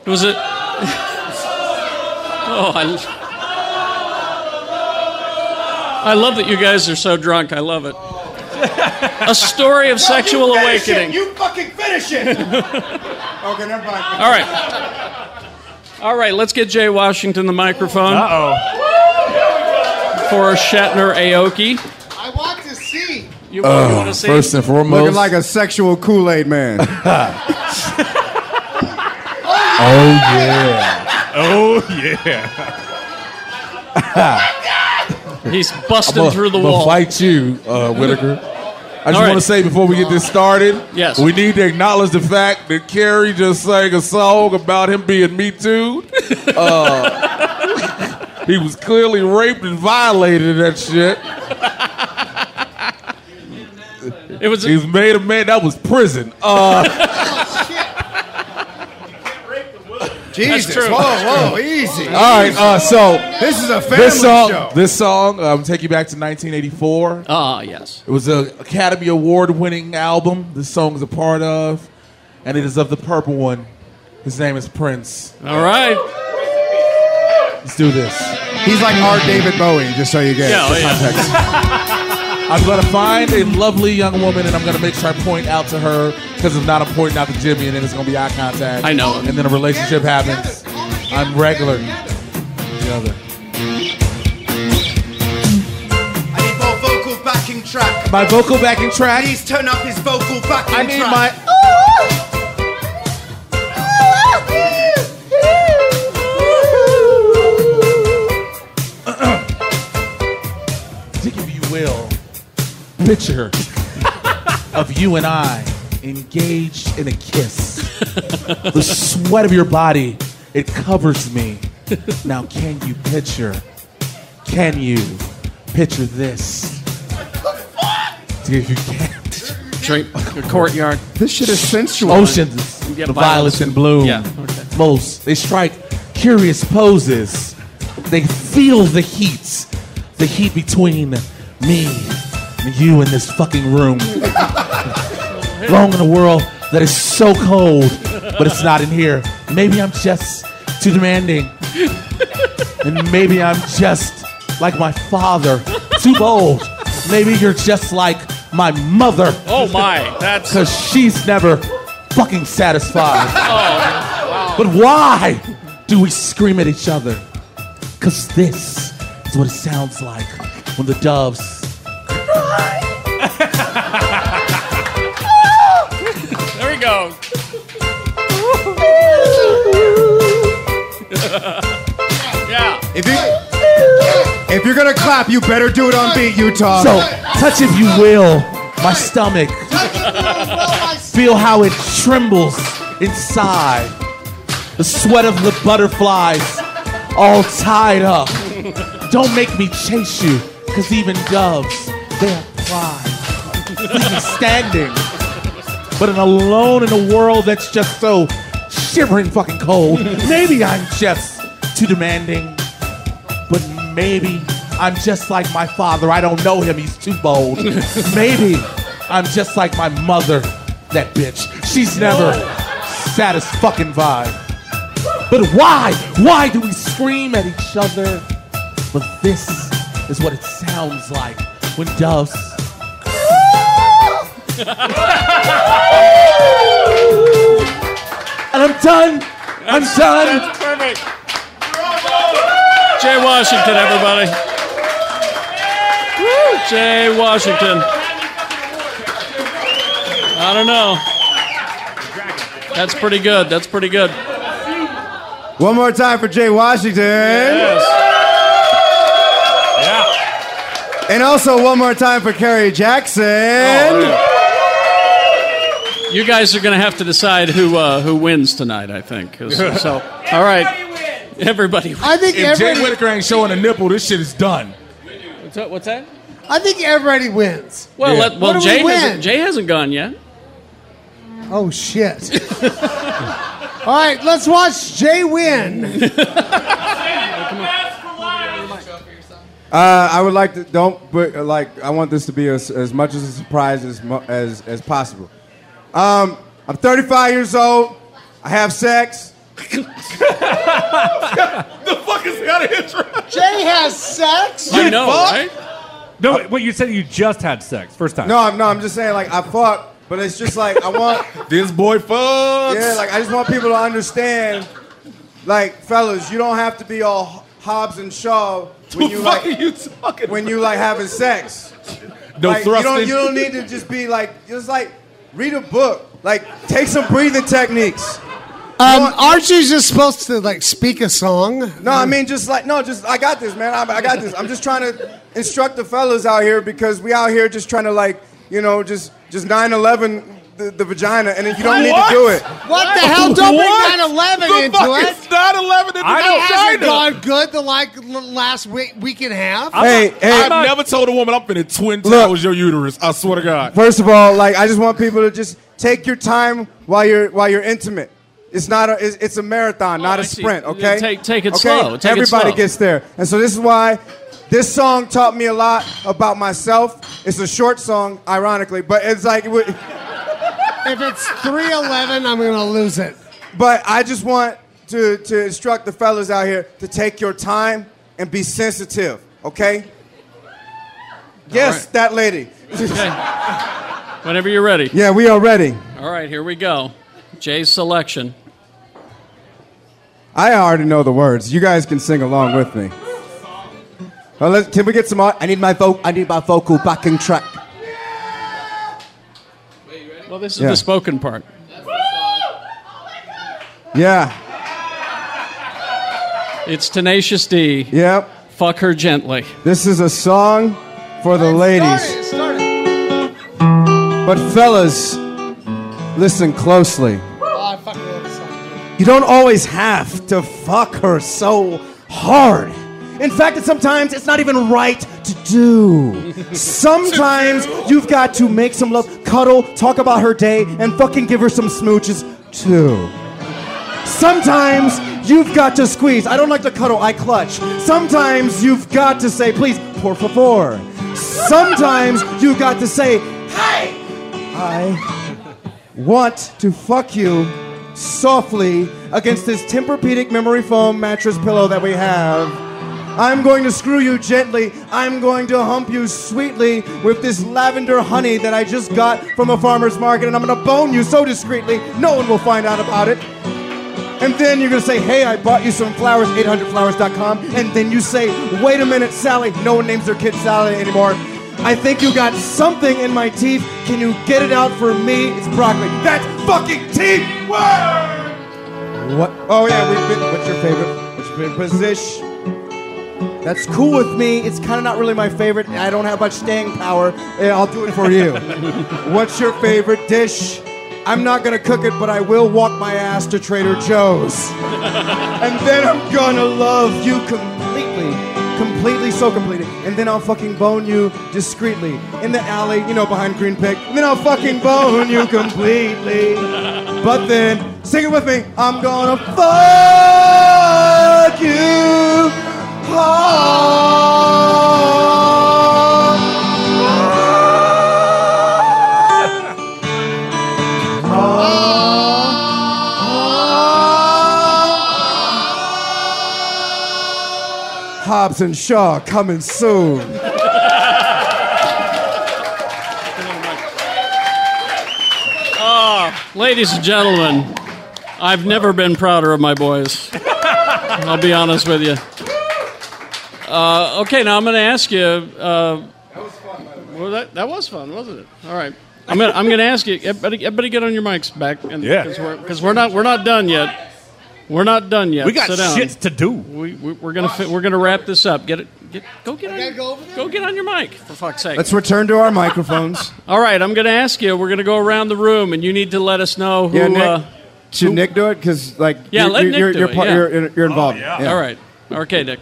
K: It was a. oh, I. I love that you guys are so drunk. I love it. A story of sexual awakening.
L: You fucking finish it. okay, never mind.
K: All right. All right, let's get Jay Washington the microphone.
B: Uh
K: oh. For Shatner Aoki.
M: I want to see.
K: You, you want
D: Uh,
L: Oh,
K: to see?
L: looking like a sexual Kool Aid man. oh
B: yeah. Oh yeah.
K: He's busting
F: I'ma-
K: through the
F: I'ma
K: wall.
F: fight you, uh, Whitaker. I just
K: All right.
F: want to say before we get this started,
K: Yes.
F: we need to acknowledge the fact that Carrie just sang a song about him being Me Too. Uh, he was clearly raped and violated in that shit.
K: It was.
F: He was made a man. That was prison. Uh,
L: Jesus.
K: true.
L: Whoa, whoa, easy.
F: all right. Uh, so
L: This is a family
F: this song,
L: show.
F: this song, um, take you back to 1984.
K: Ah, yes.
F: It was an Academy Award winning album this song is a part of, and it is of the purple one. His name is Prince.
K: All right.
F: Let's do this.
L: He's like our David Bowie, just so you get
K: Yeah,
L: the
K: oh, yeah.
L: context.
F: I'm gonna find a lovely young woman and I'm gonna make sure I point out to her because if not, I'm pointing out to Jimmy and then it's gonna be eye contact.
K: I know.
F: And then a relationship happens. I'm regular. Together.
D: I need more vocal backing track.
F: My vocal backing track.
D: Please turn up his vocal backing
F: I need
D: track.
F: my- Think if you will, picture of you and I engaged in a kiss. the sweat of your body, it covers me. Now, can you picture? Can you picture this? If you can't,
K: Drink a courtyard. Oh,
L: This shit is sensual.
F: oceans,
K: Yeah,
F: the violets in bloom.
K: Yeah, okay.
F: Most they strike curious poses. They feel the heat, the heat between me and you in this fucking room.
N: wrong in the world that is so cold, but it's not in here. Maybe I'm just too demanding. And maybe I'm just like my father, too bold. Maybe you're just like my mother.
B: Oh my, that's. Oh,
N: Because she's never fucking satisfied. But why do we scream at each other? Because this is what it sounds like when the doves
B: There we go. yeah.
D: If you if you're gonna clap, you better do it on beat, Utah.
N: So, touch if you will, my stomach. Feel how it trembles inside. The sweat of the butterflies all tied up. Don't make me chase you, because even doves, they have pride. This is standing. But in alone in a world that's just so shivering fucking cold, maybe I'm just too demanding but maybe I'm just like my father. I don't know him. He's too bold. maybe I'm just like my mother. That bitch. She's never satisfied. fucking vibe. But why? Why do we scream at each other? But this is what it sounds like when doves. and I'm done. I'm done.
B: That's perfect. Jay Washington, everybody. Woo, Jay Washington. I don't know. That's pretty good. That's pretty good.
D: One more time for Jay Washington. And also one more time for Kerry Jackson.
B: You guys are going to have to decide who uh, who wins tonight. I think. 'Cause- So, all right, everybody. Wins.
E: I think
F: If Jay
E: every-
F: Whitaker ain't showing a nipple, this shit is done.
B: What's that? What's that?
E: I think everybody wins.
B: Well, let, well,
E: What do we
B: Jay
E: win?
B: hasn't, Jay hasn't gone yet.
E: Oh shit! All right, let's watch Jay win.
D: Uh, I would like to don't but uh, like I want this to be as, as much as a surprise as mu- as as possible. Um, I'm 35 years old. I have sex.
F: The fuck is that intro?
E: Jay has sex.
D: You fuck?
C: No, wait, wait, you said you just had sex first time.
D: No, I'm, no, I'm just saying like I fuck, but it's just like I want
F: this boy fucks.
D: Yeah, like I just want people to understand, like fellas, you don't have to be all Hobbs and Shaw when
F: The
D: you
F: fuck
D: like
F: are you talking
D: when you like having sex.
F: No
D: like, you don't,
F: thrusting.
D: you don't need to just be like just like read a book, like take some breathing techniques.
E: Um, aren't you just supposed to like speak a song? Um,
D: No, I mean just like no, just I got this, man. I, I got this. I'm just trying to instruct the fellas out here because we out here just trying to like you know just just 9/11 the, the vagina, and then you don't need to do it.
E: What the hell? Don't
D: What?
E: bring 9/11
D: The
E: into
D: fuck
E: it.
D: is 9/11 in
E: I
D: the
E: hasn't
D: vagina?
E: gone good the like l- last week week and a half.
D: Hey, hey.
F: I've never told a woman I'm finna twin toes your uterus. I swear to God.
D: First of all, like I just want people to just take your time while you're while you're intimate. It's not a it's, it's a marathon, not a
B: Oh, see.
D: sprint.
B: Yeah,
D: Okay,
B: take- take it
D: okay?
B: slow, take it
D: Everybody
B: slow.
D: gets there, and so this is why this song taught me a lot about myself. It's a short song, ironically, but it's like it would-
E: If it's 311, I'm gonna lose it.
D: But I just want to, to instruct the fellas out here to take your time and be sensitive, okay? Yes, that lady.
B: Whenever you're ready.
D: Yeah, we are ready.
B: All right, here we go. Jay's selection.
D: I already know the words. You guys can sing along with me. Well, let's, can we get some? au- I need my vocal. I need my vocal backing track.
B: Well, this is
D: Yeah.
B: the spoken part.
D: Yeah.
B: It's Tenacious D.
D: Yep.
B: Fuck her gently.
D: This is a song for the ladies. But fellas, listen closely. You don't always have to fuck her so hard. In fact, it's sometimes it's not even right to do. Sometimes you've got to make some love, cuddle, talk about her day, and fucking give her some smooches too. Sometimes you've got to squeeze. I don't like to cuddle, I clutch. Sometimes you've got to say, please, por favor. Sometimes you've got to say, hi. Hi. want to fuck you softly against this Tempur-Pedic memory foam mattress pillow that we have. I'm going to screw you gently. I'm going to hump you sweetly with this lavender honey that I just got from a farmer's market, and I'm going to bone you so discreetly, no one will find out about it. And then you're gonna say, hey, I bought you some flowers, 800flowers.com. And then you say, wait a minute, Sally. No one names their kid Sally anymore. I think you got something in my teeth. Can you get it out for me? It's broccoli. That's fucking teamwork! What? Oh, yeah, we've been. What's your favorite? What's your favorite position? That's cool with me. It's kind of not really my favorite. I don't have much staying power. Yeah, I'll do it for you. What's your favorite dish? I'm not gonna cook it, but I will walk my ass to Trader Joe's. and then I'm gonna love you completely. Completely, so completely. And then I'll fucking bone you discreetly in the alley, you know, behind Green Pig. And then I'll fucking bone you completely. But then, sing it with me. I'm gonna fuck you hard. Hobbs and Shaw coming soon.
B: Oh, ladies and gentlemen, I've never been prouder of my boys. I'll be honest with you. Uh, okay, now I'm going to ask you. Uh, that was fun. Well, that, that was fun, wasn't it? All right. I'm going to I'm going to ask you. Everybody, everybody, get on your mics back. And,
C: Yeah.
B: Because we're, 'cause we're not we're not done yet. We're not done yet.
C: We got
B: Sit down.
C: shits to do.
B: We, we, we're gonna fi- we're gonna wrap this up. Get it. Get, go get on. Go, go get on your mic for fuck's sake.
D: Let's return to our microphones.
B: All right, I'm going to ask you. We're going to go around the room, and you need to let us know who.
D: Yeah, Nick.
B: uh,
D: Should Nick do it? Because like
B: Yeah,
D: you're,
B: let
D: you're,
B: Nick
D: you're,
B: do
D: you're,
B: it,
D: part-
B: Oh, yeah.
D: you're, you're involved.
B: All right. Okay, Nick.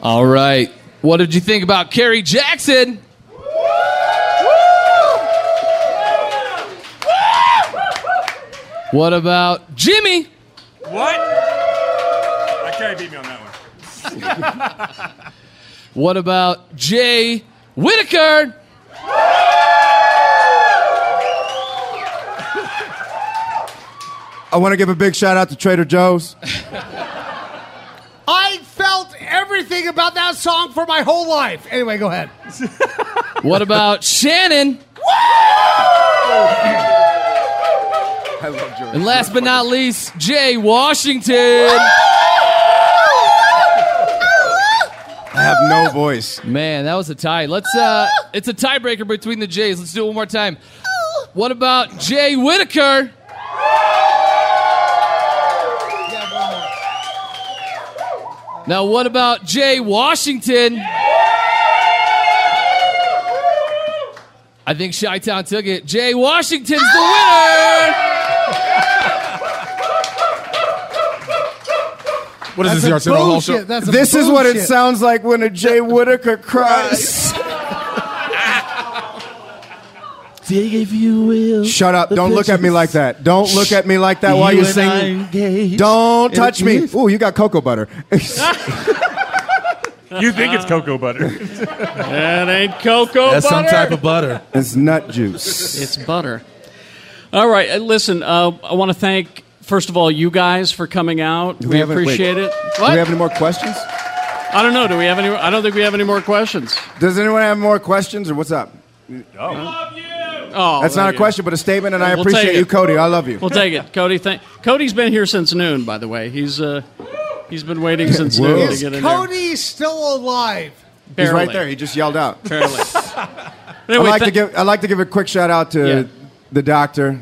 O: All right. What did you think about Kerry Jackson? What about Jimmy?
C: What? I can't beat me on that one.
O: What about Jay Whitaker?
D: I want to give a big shout out to Trader Joe's.
E: I felt everything about that song for my whole life. Anyway, go ahead.
O: What about Shannon?
D: I love George.
O: And last but not least, Jay Washington.
D: I have no voice.
O: Man, that was a tie. Let's uh it's a tiebreaker between the Jays. Let's do it one more time. What about Jay Whitaker? Now what about Jay Washington? I think Chi Town took it. Jay Washington's the winner!
P: What
O: is this, the Arsenio Hall show? bullshit. That's a
D: this is what it
O: bullshit.
D: sounds like when a Jay Whitaker cries.
N: Dig if you will.
D: Shut up. Don't look at me like that. Don't look at me like that while
N: You
D: you're
N: and I
D: singing.
N: engaged
D: Don't
N: in
D: touch
N: a
D: me.
N: kiss.
D: Ooh, you got cocoa butter.
C: you think it's cocoa butter?
B: That ain't cocoa
D: That's some
B: butter.
D: type
N: of butter.
D: it's nut juice.
B: It's butter. All right. uh, Listen, uh, I want to thank first of all you guys for coming out.
D: Do
B: We,
D: have any-
B: appreciate
D: wait,
B: it.
D: Do we have any more questions?
B: I don't know. Do we have any? I don't think we have any more questions.
D: Does anyone have more questions or what's up?
B: Oh,
D: That's
B: there
D: not
B: you
D: a
B: go.
D: question, but a statement, and I
B: We'll
D: appreciate
B: take it.
D: you, Cody. I love you.
B: We'll take it, Cody. Thank Cody's been here since noon. By the way, he's uh, he's been waiting since
D: Whoa.
B: noon to
D: Is
B: get in here.
E: Cody is still alive.
D: He's right
B: Barely.
D: there. He just yelled out.
B: Barely.
D: I'd like, to give, I'd like to give a quick shout out to
B: Yeah.
D: the doctor,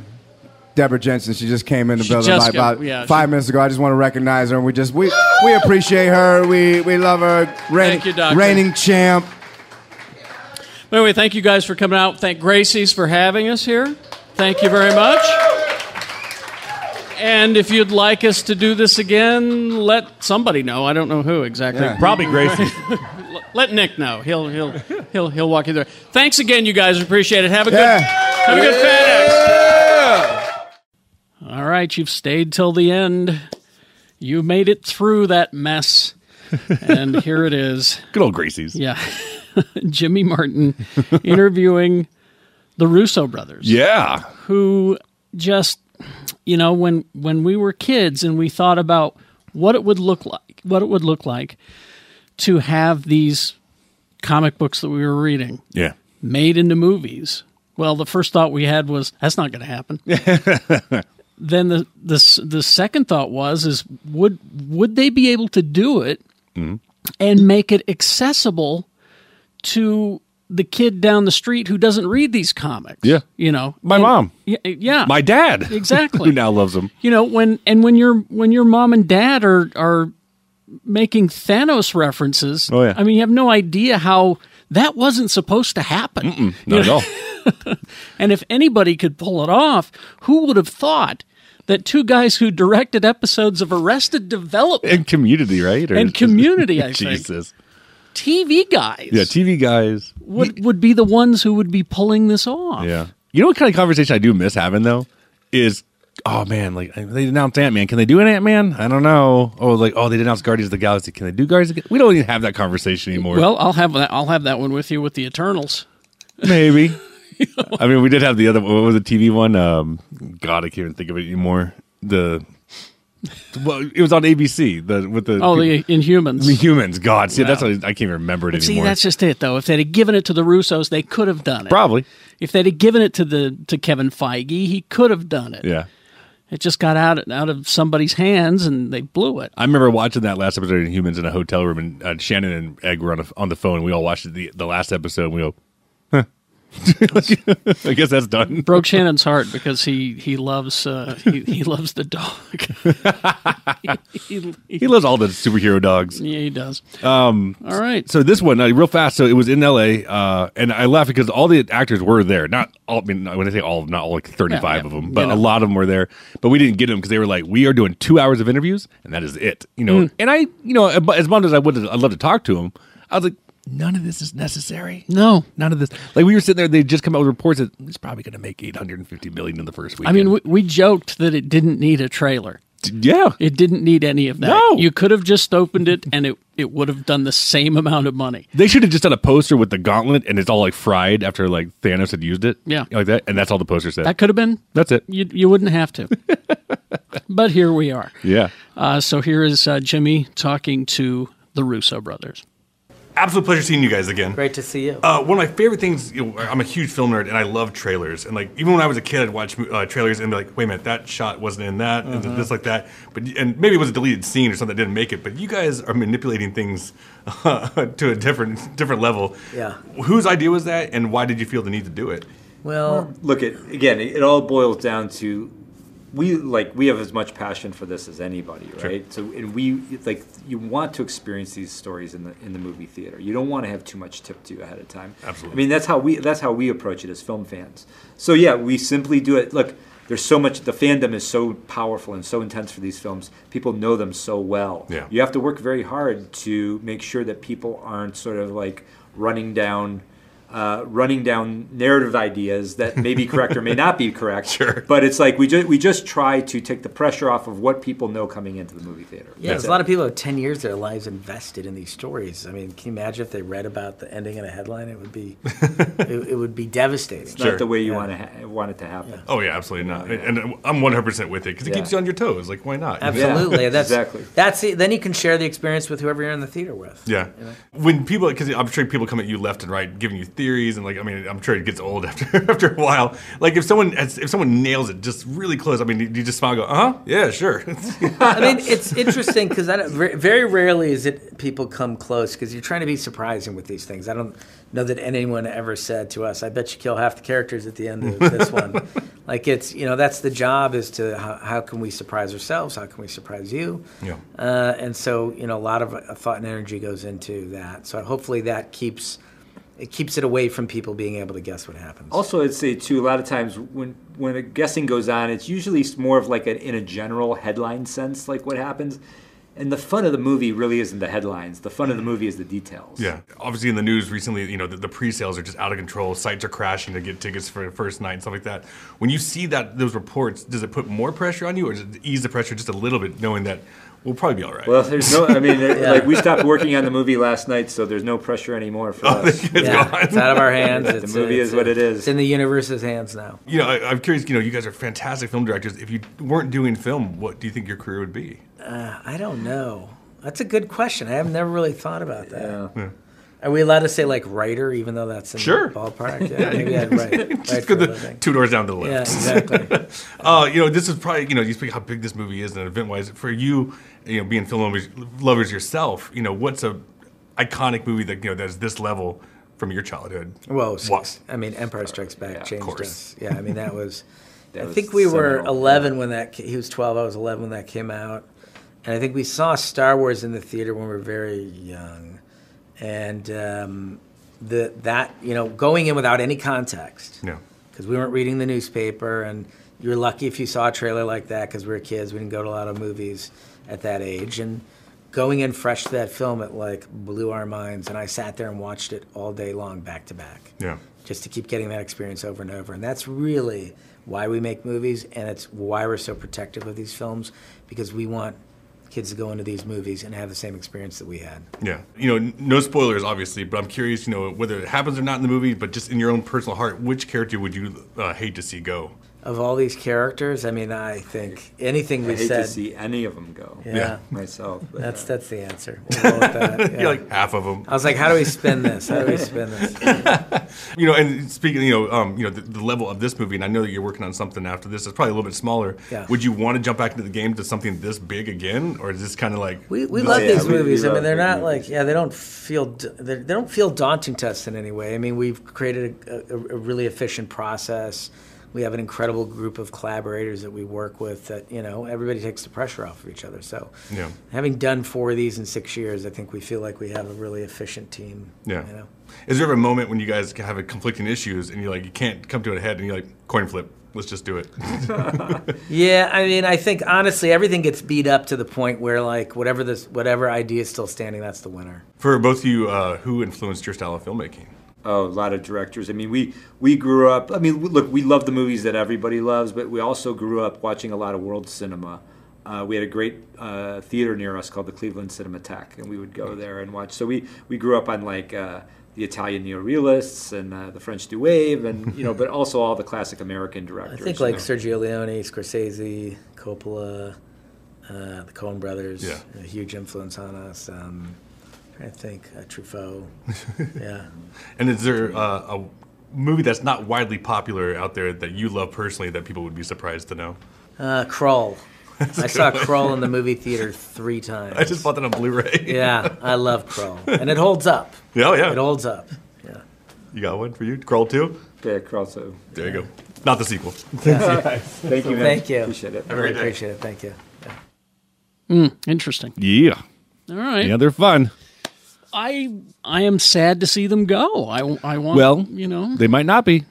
D: Deborah Jensen. She just came in the
B: She
D: building
B: just
D: like
B: got-
D: about
B: yeah,
D: five minutes ago. I just want to recognize her. And we just, we, we appreciate her. We, we love her. Reigning,
B: you, doctor.
D: Reigning champ.
B: But anyway, thank you guys for coming out. Thank Gracie's for having us here. Thank you very much. And if you'd like us to do this again, let somebody know. I don't know who exactly.
C: Yeah. Probably Gracie.
B: let Nick know. He'll he'll he'll he'll walk you there. Thanks again, you guys. Appreciate it. Have a good
D: Yeah.
B: have a good FedEx. All right, you've stayed till the end. You made it through that mess, and here it is.
C: Good old Gracie's.
B: Yeah. Jimmy Martin interviewing the Russo brothers.
C: Yeah.
B: Who just you know when when we were kids and we thought about what it would look like, what it would look like to have these comic books that we were reading
C: Yeah.
B: made into movies. Well, the first thought we had was that's not going to happen. then the the s- the second thought was is would would they be able to do it
C: Mhm.
B: and make it accessible to the kid down the street who doesn't read these comics?
C: Yeah.
B: You know,
C: My
B: And-
C: mom.
B: y- yeah,
C: My dad.
B: exactly.
C: who now loves him.
B: You know, when and when your when your mom and dad are are making Thanos references,
C: Oh, yeah.
B: I mean, you have no idea how that wasn't supposed to happen.
C: Mm-mm,
B: You
C: not at
B: know?
C: all.
B: And if anybody could pull it off, who would have thought that two guys who directed episodes of Arrested Development,
C: And community, right?
B: And Community, I think.
C: Jesus.
B: TV guys,
C: Yeah, TV guys.
B: would would be the ones who would be pulling this off?
C: Yeah. You know what kind of conversation I do miss having though is oh man, like they announced Ant Man. Can they do an Ant Man? I don't know. Oh, like oh they announced Guardians of the Galaxy. Can they do Guardians? Of the Ga- We don't even have that conversation anymore.
B: Well, I'll have that. I'll have that one with you with the Eternals.
C: maybe. I mean, we did have the other. What was the TV one? Um, God, I can't even think of it anymore. The well, it was on ABC. The with the
B: Oh, the Inhumans.
C: The humans. God, see, that's
B: Wow.
C: what I, I can't even remember it
B: But see,
C: anymore.
B: that's just it, though. If they'd have given it to the Russos, they could have done it.
C: Probably.
B: If they'd have given it to the to Kevin Feige, he could have done it.
C: yeah.
B: It just got out out of somebody's hands, and they blew it.
C: I remember watching that last episode of Humans in a hotel room, and uh, Shannon and Egg were on, a, on the phone. And we all watched the the last episode. and We go, huh. I guess that's done.
B: Broke Shannon's heart because he he loves uh, he, he loves the dog. he,
C: He loves all the superhero dogs.
B: Yeah, he does.
C: Um,
B: All right.
C: So this one, uh, real fast. So it was in L.A. Uh, and I laugh because all the actors were there. Not all. I mean, when I say all, not all like thirty-five
B: Yeah,
C: of
B: yeah,
C: them,
B: you
C: but
B: know.
C: a lot of them were there. But we didn't get them because they were like, we are doing two hours of interviews, and that is it. You know.
B: Mm.
C: And I, you know, ab- as much as I would, I'd love to talk to them. I was like, none of this is necessary.
B: No,
C: none of this. Like we were sitting there, they just come out with reports that it's probably going to make eight hundred and fifty million in the first week.
B: I mean, we, we joked that it didn't need a trailer.
C: Yeah,
B: it didn't need any of that.
C: No.
B: you could have just opened it, and it it would have done the same amount of money.
C: They should have just done a poster with the gauntlet, and it's all like fried after like Thanos had used it.
B: Yeah.
C: like that, and that's all the poster said.
B: That could have been.
C: That's it.
B: You you wouldn't have to. but here we are.
C: Yeah.
B: Uh, so here is uh, Jimmy talking to the Russo brothers.
L: Absolute pleasure seeing you guys again.
Q: Great to see you.
L: Uh, one of my favorite things, you know, I'm a huge film nerd and I love trailers. And like, even when I was a kid, I'd watch uh, trailers and be like, wait a minute, that shot wasn't in that,
I: Uh-huh.
L: and this like that. But and maybe it was a deleted scene or something that didn't make it. But you guys are manipulating things to a different different level.
I: Yeah.
L: Whose idea was that, and why did you feel the need to do it?
Q: Well, look at again. It, it all boils down to we like we have as much passion for this as anybody,
L: Sure.
Q: right? So, and we like you want to experience these stories in the in the movie theater. You don't want to have too much tipped to you ahead of time.
L: Absolutely.
Q: I mean, that's how we that's how we approach it as film fans. So yeah, we simply do it. Look, there's so much. The fandom is so powerful and so intense for these films. People know them so well.
L: Yeah.
Q: You have to work very hard to make sure that people aren't sort of like running down. Uh, running down narrative ideas that may be correct or may not be correct, sure. but it's like we just we just try to take the pressure off of what people know coming into the movie theater.
R: Yeah, there's a lot of people who have 10 years of their lives invested in these stories. I mean, can you imagine if they read about the ending in a headline? It would be, it, it would be devastating.
Q: It's not the way you want to ha- want it to happen.
L: Oh yeah, absolutely not. And and I'm 100 percent with it because it
Q: Yeah.
L: keeps you on your toes. Like, why not?
R: Absolutely. that's, That's the, then you can share the experience with whoever you're in the theater with.
L: Yeah.
R: You know?
L: When people, because I'm sure people come at you left and right, giving you theories, and like, I mean, I'm sure it gets old after after a while. Like, if someone has, if someone nails it just really close, I mean, you, you just smile, and go, uh huh, yeah, sure.
R: I mean, it's interesting because very rarely is it people come close because you're trying to be surprising with these things. I don't know that anyone ever said to us, "I bet you kill half the characters at the end of this one." Like it's you know that's the job is to how, how can we surprise ourselves? How can we surprise you?
L: Yeah.
R: Uh, and so you know a lot of uh, thought and energy goes into that. So hopefully that keeps it keeps it away from people being able to guess what happens.
Q: Also, I'd say too, a lot of times when when the guessing goes on, it's usually more of like an, in a general headline sense, like what happens. And the fun of the movie really isn't the headlines. The fun of the movie is the details.
L: Yeah. Obviously, in the news recently, you know, the, the pre-sales are just out of control. Sites are crashing to get tickets for the first night and stuff like that. When you see that those reports, does it put more pressure on you, or does it ease the pressure just a little bit, knowing that
C: We'll probably be all right.
Q: Well, there's no. I mean, there-
C: Yeah.
Q: like we stopped working on the movie last night, so there's no pressure anymore for us.
C: Oh, it's Yeah, gone.
R: it's out of our hands.
Q: the
R: It's-
Q: movie
R: it's-
Q: is what it is.
R: It's in the universe's hands now.
C: You know, I, I'm curious. You know, you guys are fantastic film directors. If you weren't doing film, what do you think your career would be?
R: Uh, I don't know. That's a good question. I have never really thought about that.
C: Yeah.
R: Are we allowed to say like writer, even though that's in
C: Sure.
R: the ballpark?
C: Yeah,
R: Yeah,
C: you
R: maybe I'd
C: can-
R: write.
C: just
R: write
C: go
R: for a
C: the
R: living.
C: two doors down to the left.
R: Yeah, exactly.
C: uh, you know, this is probably you know, you speak how big this movie is and event wise for you. You know, being film lovers, lovers yourself, you know, what's a iconic movie that you know that's this level from your childhood?
R: Whoa,
C: Wa-
R: six, I mean, Empire Strikes Back changed
C: course.
R: us. Yeah, I mean that was.
Q: That
R: I
Q: was
R: think we were
Q: seminal,
R: 11 when that. ca- He was 12. I was 11 when that came out, and I think we saw Star Wars in the theater when we were very young, and um, the that you know going in without any context.
C: Yeah.
R: Because we weren't reading the newspaper, and you were lucky if you saw a trailer like that because we were kids. We didn't go to a lot of movies at that age, and going in fresh to that film, it like blew our minds. And I sat there and watched it all day long, back to back
C: Yeah.
R: just to keep getting that experience over and over. And that's really why we make movies, and it's why we're so protective of these films because we want kids to go into these movies and have the same experience that we had.
C: Yeah. You know, n- no spoilers, obviously, but I'm curious, you know, whether it happens or not in the movie, but just in your own personal heart, which character would you uh, hate to see go?
R: Of all these characters, I mean, I think anything
Q: I
R: we
Q: hate
R: said.
Q: to see any of them go.
R: Yeah,
Q: myself. but,
R: That's
Q: uh,
R: that's the answer. We'll go with that,
C: You're
R: yeah.
C: like half of them.
R: I was like, how do we spin this? How do we spin this?
C: you know, and speaking, you know, um, you know, the, the level of this movie, and I know that you're working on something after this. It's probably a little bit smaller.
R: Yeah.
C: Would you want to jump back into the game to something this big again, or is this kind of like
R: We, we
C: this
R: love
C: is-
R: these movies. I mean, they're not like yeah, they don't feel d- they they don't feel daunting to us in any way. I mean, we've created a, a, a really efficient process. We have an incredible group of collaborators that we work with. That you know, everybody takes the pressure off of each other. So,
C: Yeah.
R: having done four of these in six years, I think we feel like we have a really efficient team.
C: Yeah.
R: you know?
C: Is there ever a moment when you guys have a conflicting issues and you're like you can't come to a head and you're like coin flip? Let's just do it.
R: Yeah, I mean, I think honestly, everything gets beat up to the point where like whatever this whatever idea is still standing, that's the winner.
C: For both of you, uh, who influenced your style of filmmaking?
Q: Oh, a lot of directors. I mean, we we grew up. I mean, we- look, we love the movies that everybody loves, but we also grew up watching a lot of world cinema. Uh, we had a great uh, theater near us called the Cleveland Cinematheque, and we would go there and watch. So we we grew up on like uh, the Italian neorealists and uh, the French New Wave, and you know, but also all the classic American
R: I
Q: directors.
R: think
Q: you
R: like
Q: know.
R: Sergio Leone, Scorsese, Coppola, uh, the Coen Brothers,
Q: Yeah.
R: a huge influence on us. Um, I think uh, Truffaut. yeah.
C: And is there uh, a movie that's not widely popular out there that you love personally that people would be surprised to know?
R: Uh, Crawl.
C: That's a
R: I
C: good
R: saw
C: one.
R: Crawl in the movie theater three times.
C: I just bought that on Blu-ray.
R: yeah, I love Crawl, and it holds up.
C: Yeah, yeah.
R: it holds up. Yeah.
C: You got one for you? Crawl 2?
Q: Yeah, Crawl 2.
C: There you go. Not the sequel.
Q: Thank you, man.
R: Thank you.
Q: Appreciate it.
R: I really appreciate it. Thank you. Yeah.
B: Mm, interesting.
L: Yeah.
B: All right.
L: Yeah, they're fun.
B: I I am sad to see them go. I, I want
L: well,
B: you know.
L: they might not be.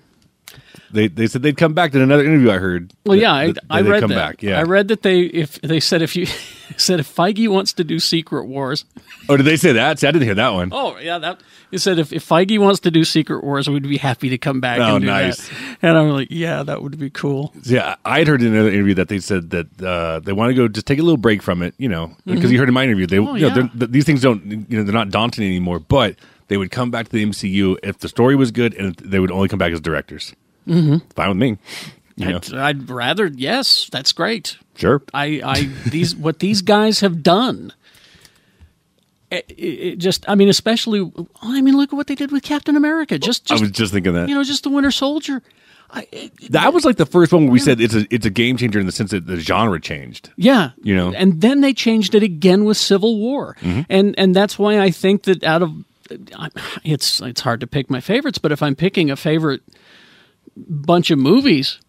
L: They they said they'd come back in another interview. I heard.
B: Well,
L: that-
B: yeah, I,
L: that
B: I
L: they'd
B: read
L: come
B: that.
L: back. Yeah.
B: I read that they if they said if you said if Feige wants to do Secret Wars.
L: oh, did they say that? See, I didn't hear that one.
B: Oh yeah, that you said if, if Feige wants to do Secret Wars, we'd be happy to come back.
L: Oh,
B: and do
L: nice.
B: That. And I'm like, yeah, that would be cool.
L: Yeah, I'd heard in another interview that they said that uh, they want to go just take a little break from it, you know, because
B: Mhm.
L: you heard in my interview they,
B: Oh,
L: you know,
B: yeah.
L: they're- th- these things don't, you know, they're not daunting anymore. But they would come back to the MCU if the story was good, and they would only come back as directors.
C: Mm-hmm.
B: Mhm.
L: Fine with me. You know,
B: I'd, I'd rather yes, that's great.
L: sure.
B: I, I these what these guys have done. Eh, It, it- it just, I mean, especially, I mean, look at what they did with Captain America. Just, just
L: I was just thinking that.
B: you know, just the Winter Soldier. I, it,
L: that was like the first one where we said it's a it's a game changer in the sense that the genre changed.
B: yeah,
L: You know,
B: and then they changed it again with Civil War,
L: Mhm.
B: and and that's why I think that out of I- it's it's hard to pick my favorites, but if I'm picking a favorite bunch of movies,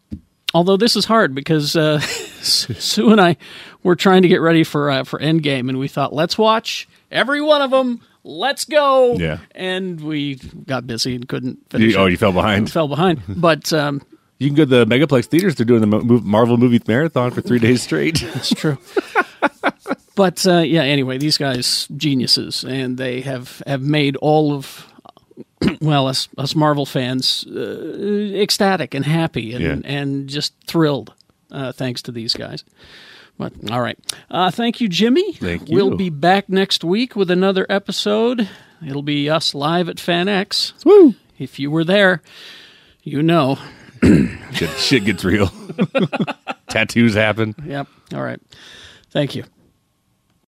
B: although this is hard because uh, Sue and I were trying to get ready for uh, for Endgame, and we thought let's watch every one of them. Let's go.
L: Yeah.
B: and we got busy and couldn't finish.
L: you, oh,
B: it.
L: you fell behind.
B: fell behind, but um,
L: You can go to the Megaplex theaters. They're doing the Mo- mov- Marvel movie marathon for three days straight.
B: That's true. but uh, yeah, anyway, these guys geniuses, and they have have made all of well us us Marvel fans uh, ecstatic and happy and
L: Yeah.
B: and just thrilled uh, thanks to these guys. What? All right. Uh, thank you, Jimmy.
C: Thank
B: We'll
C: you.
B: be back next week with another episode. It'll be us live at FanX.
C: Woo!
B: If you were there, you know.
C: shit, shit gets real. Tattoos happen.
B: Yep. All right. Thank you.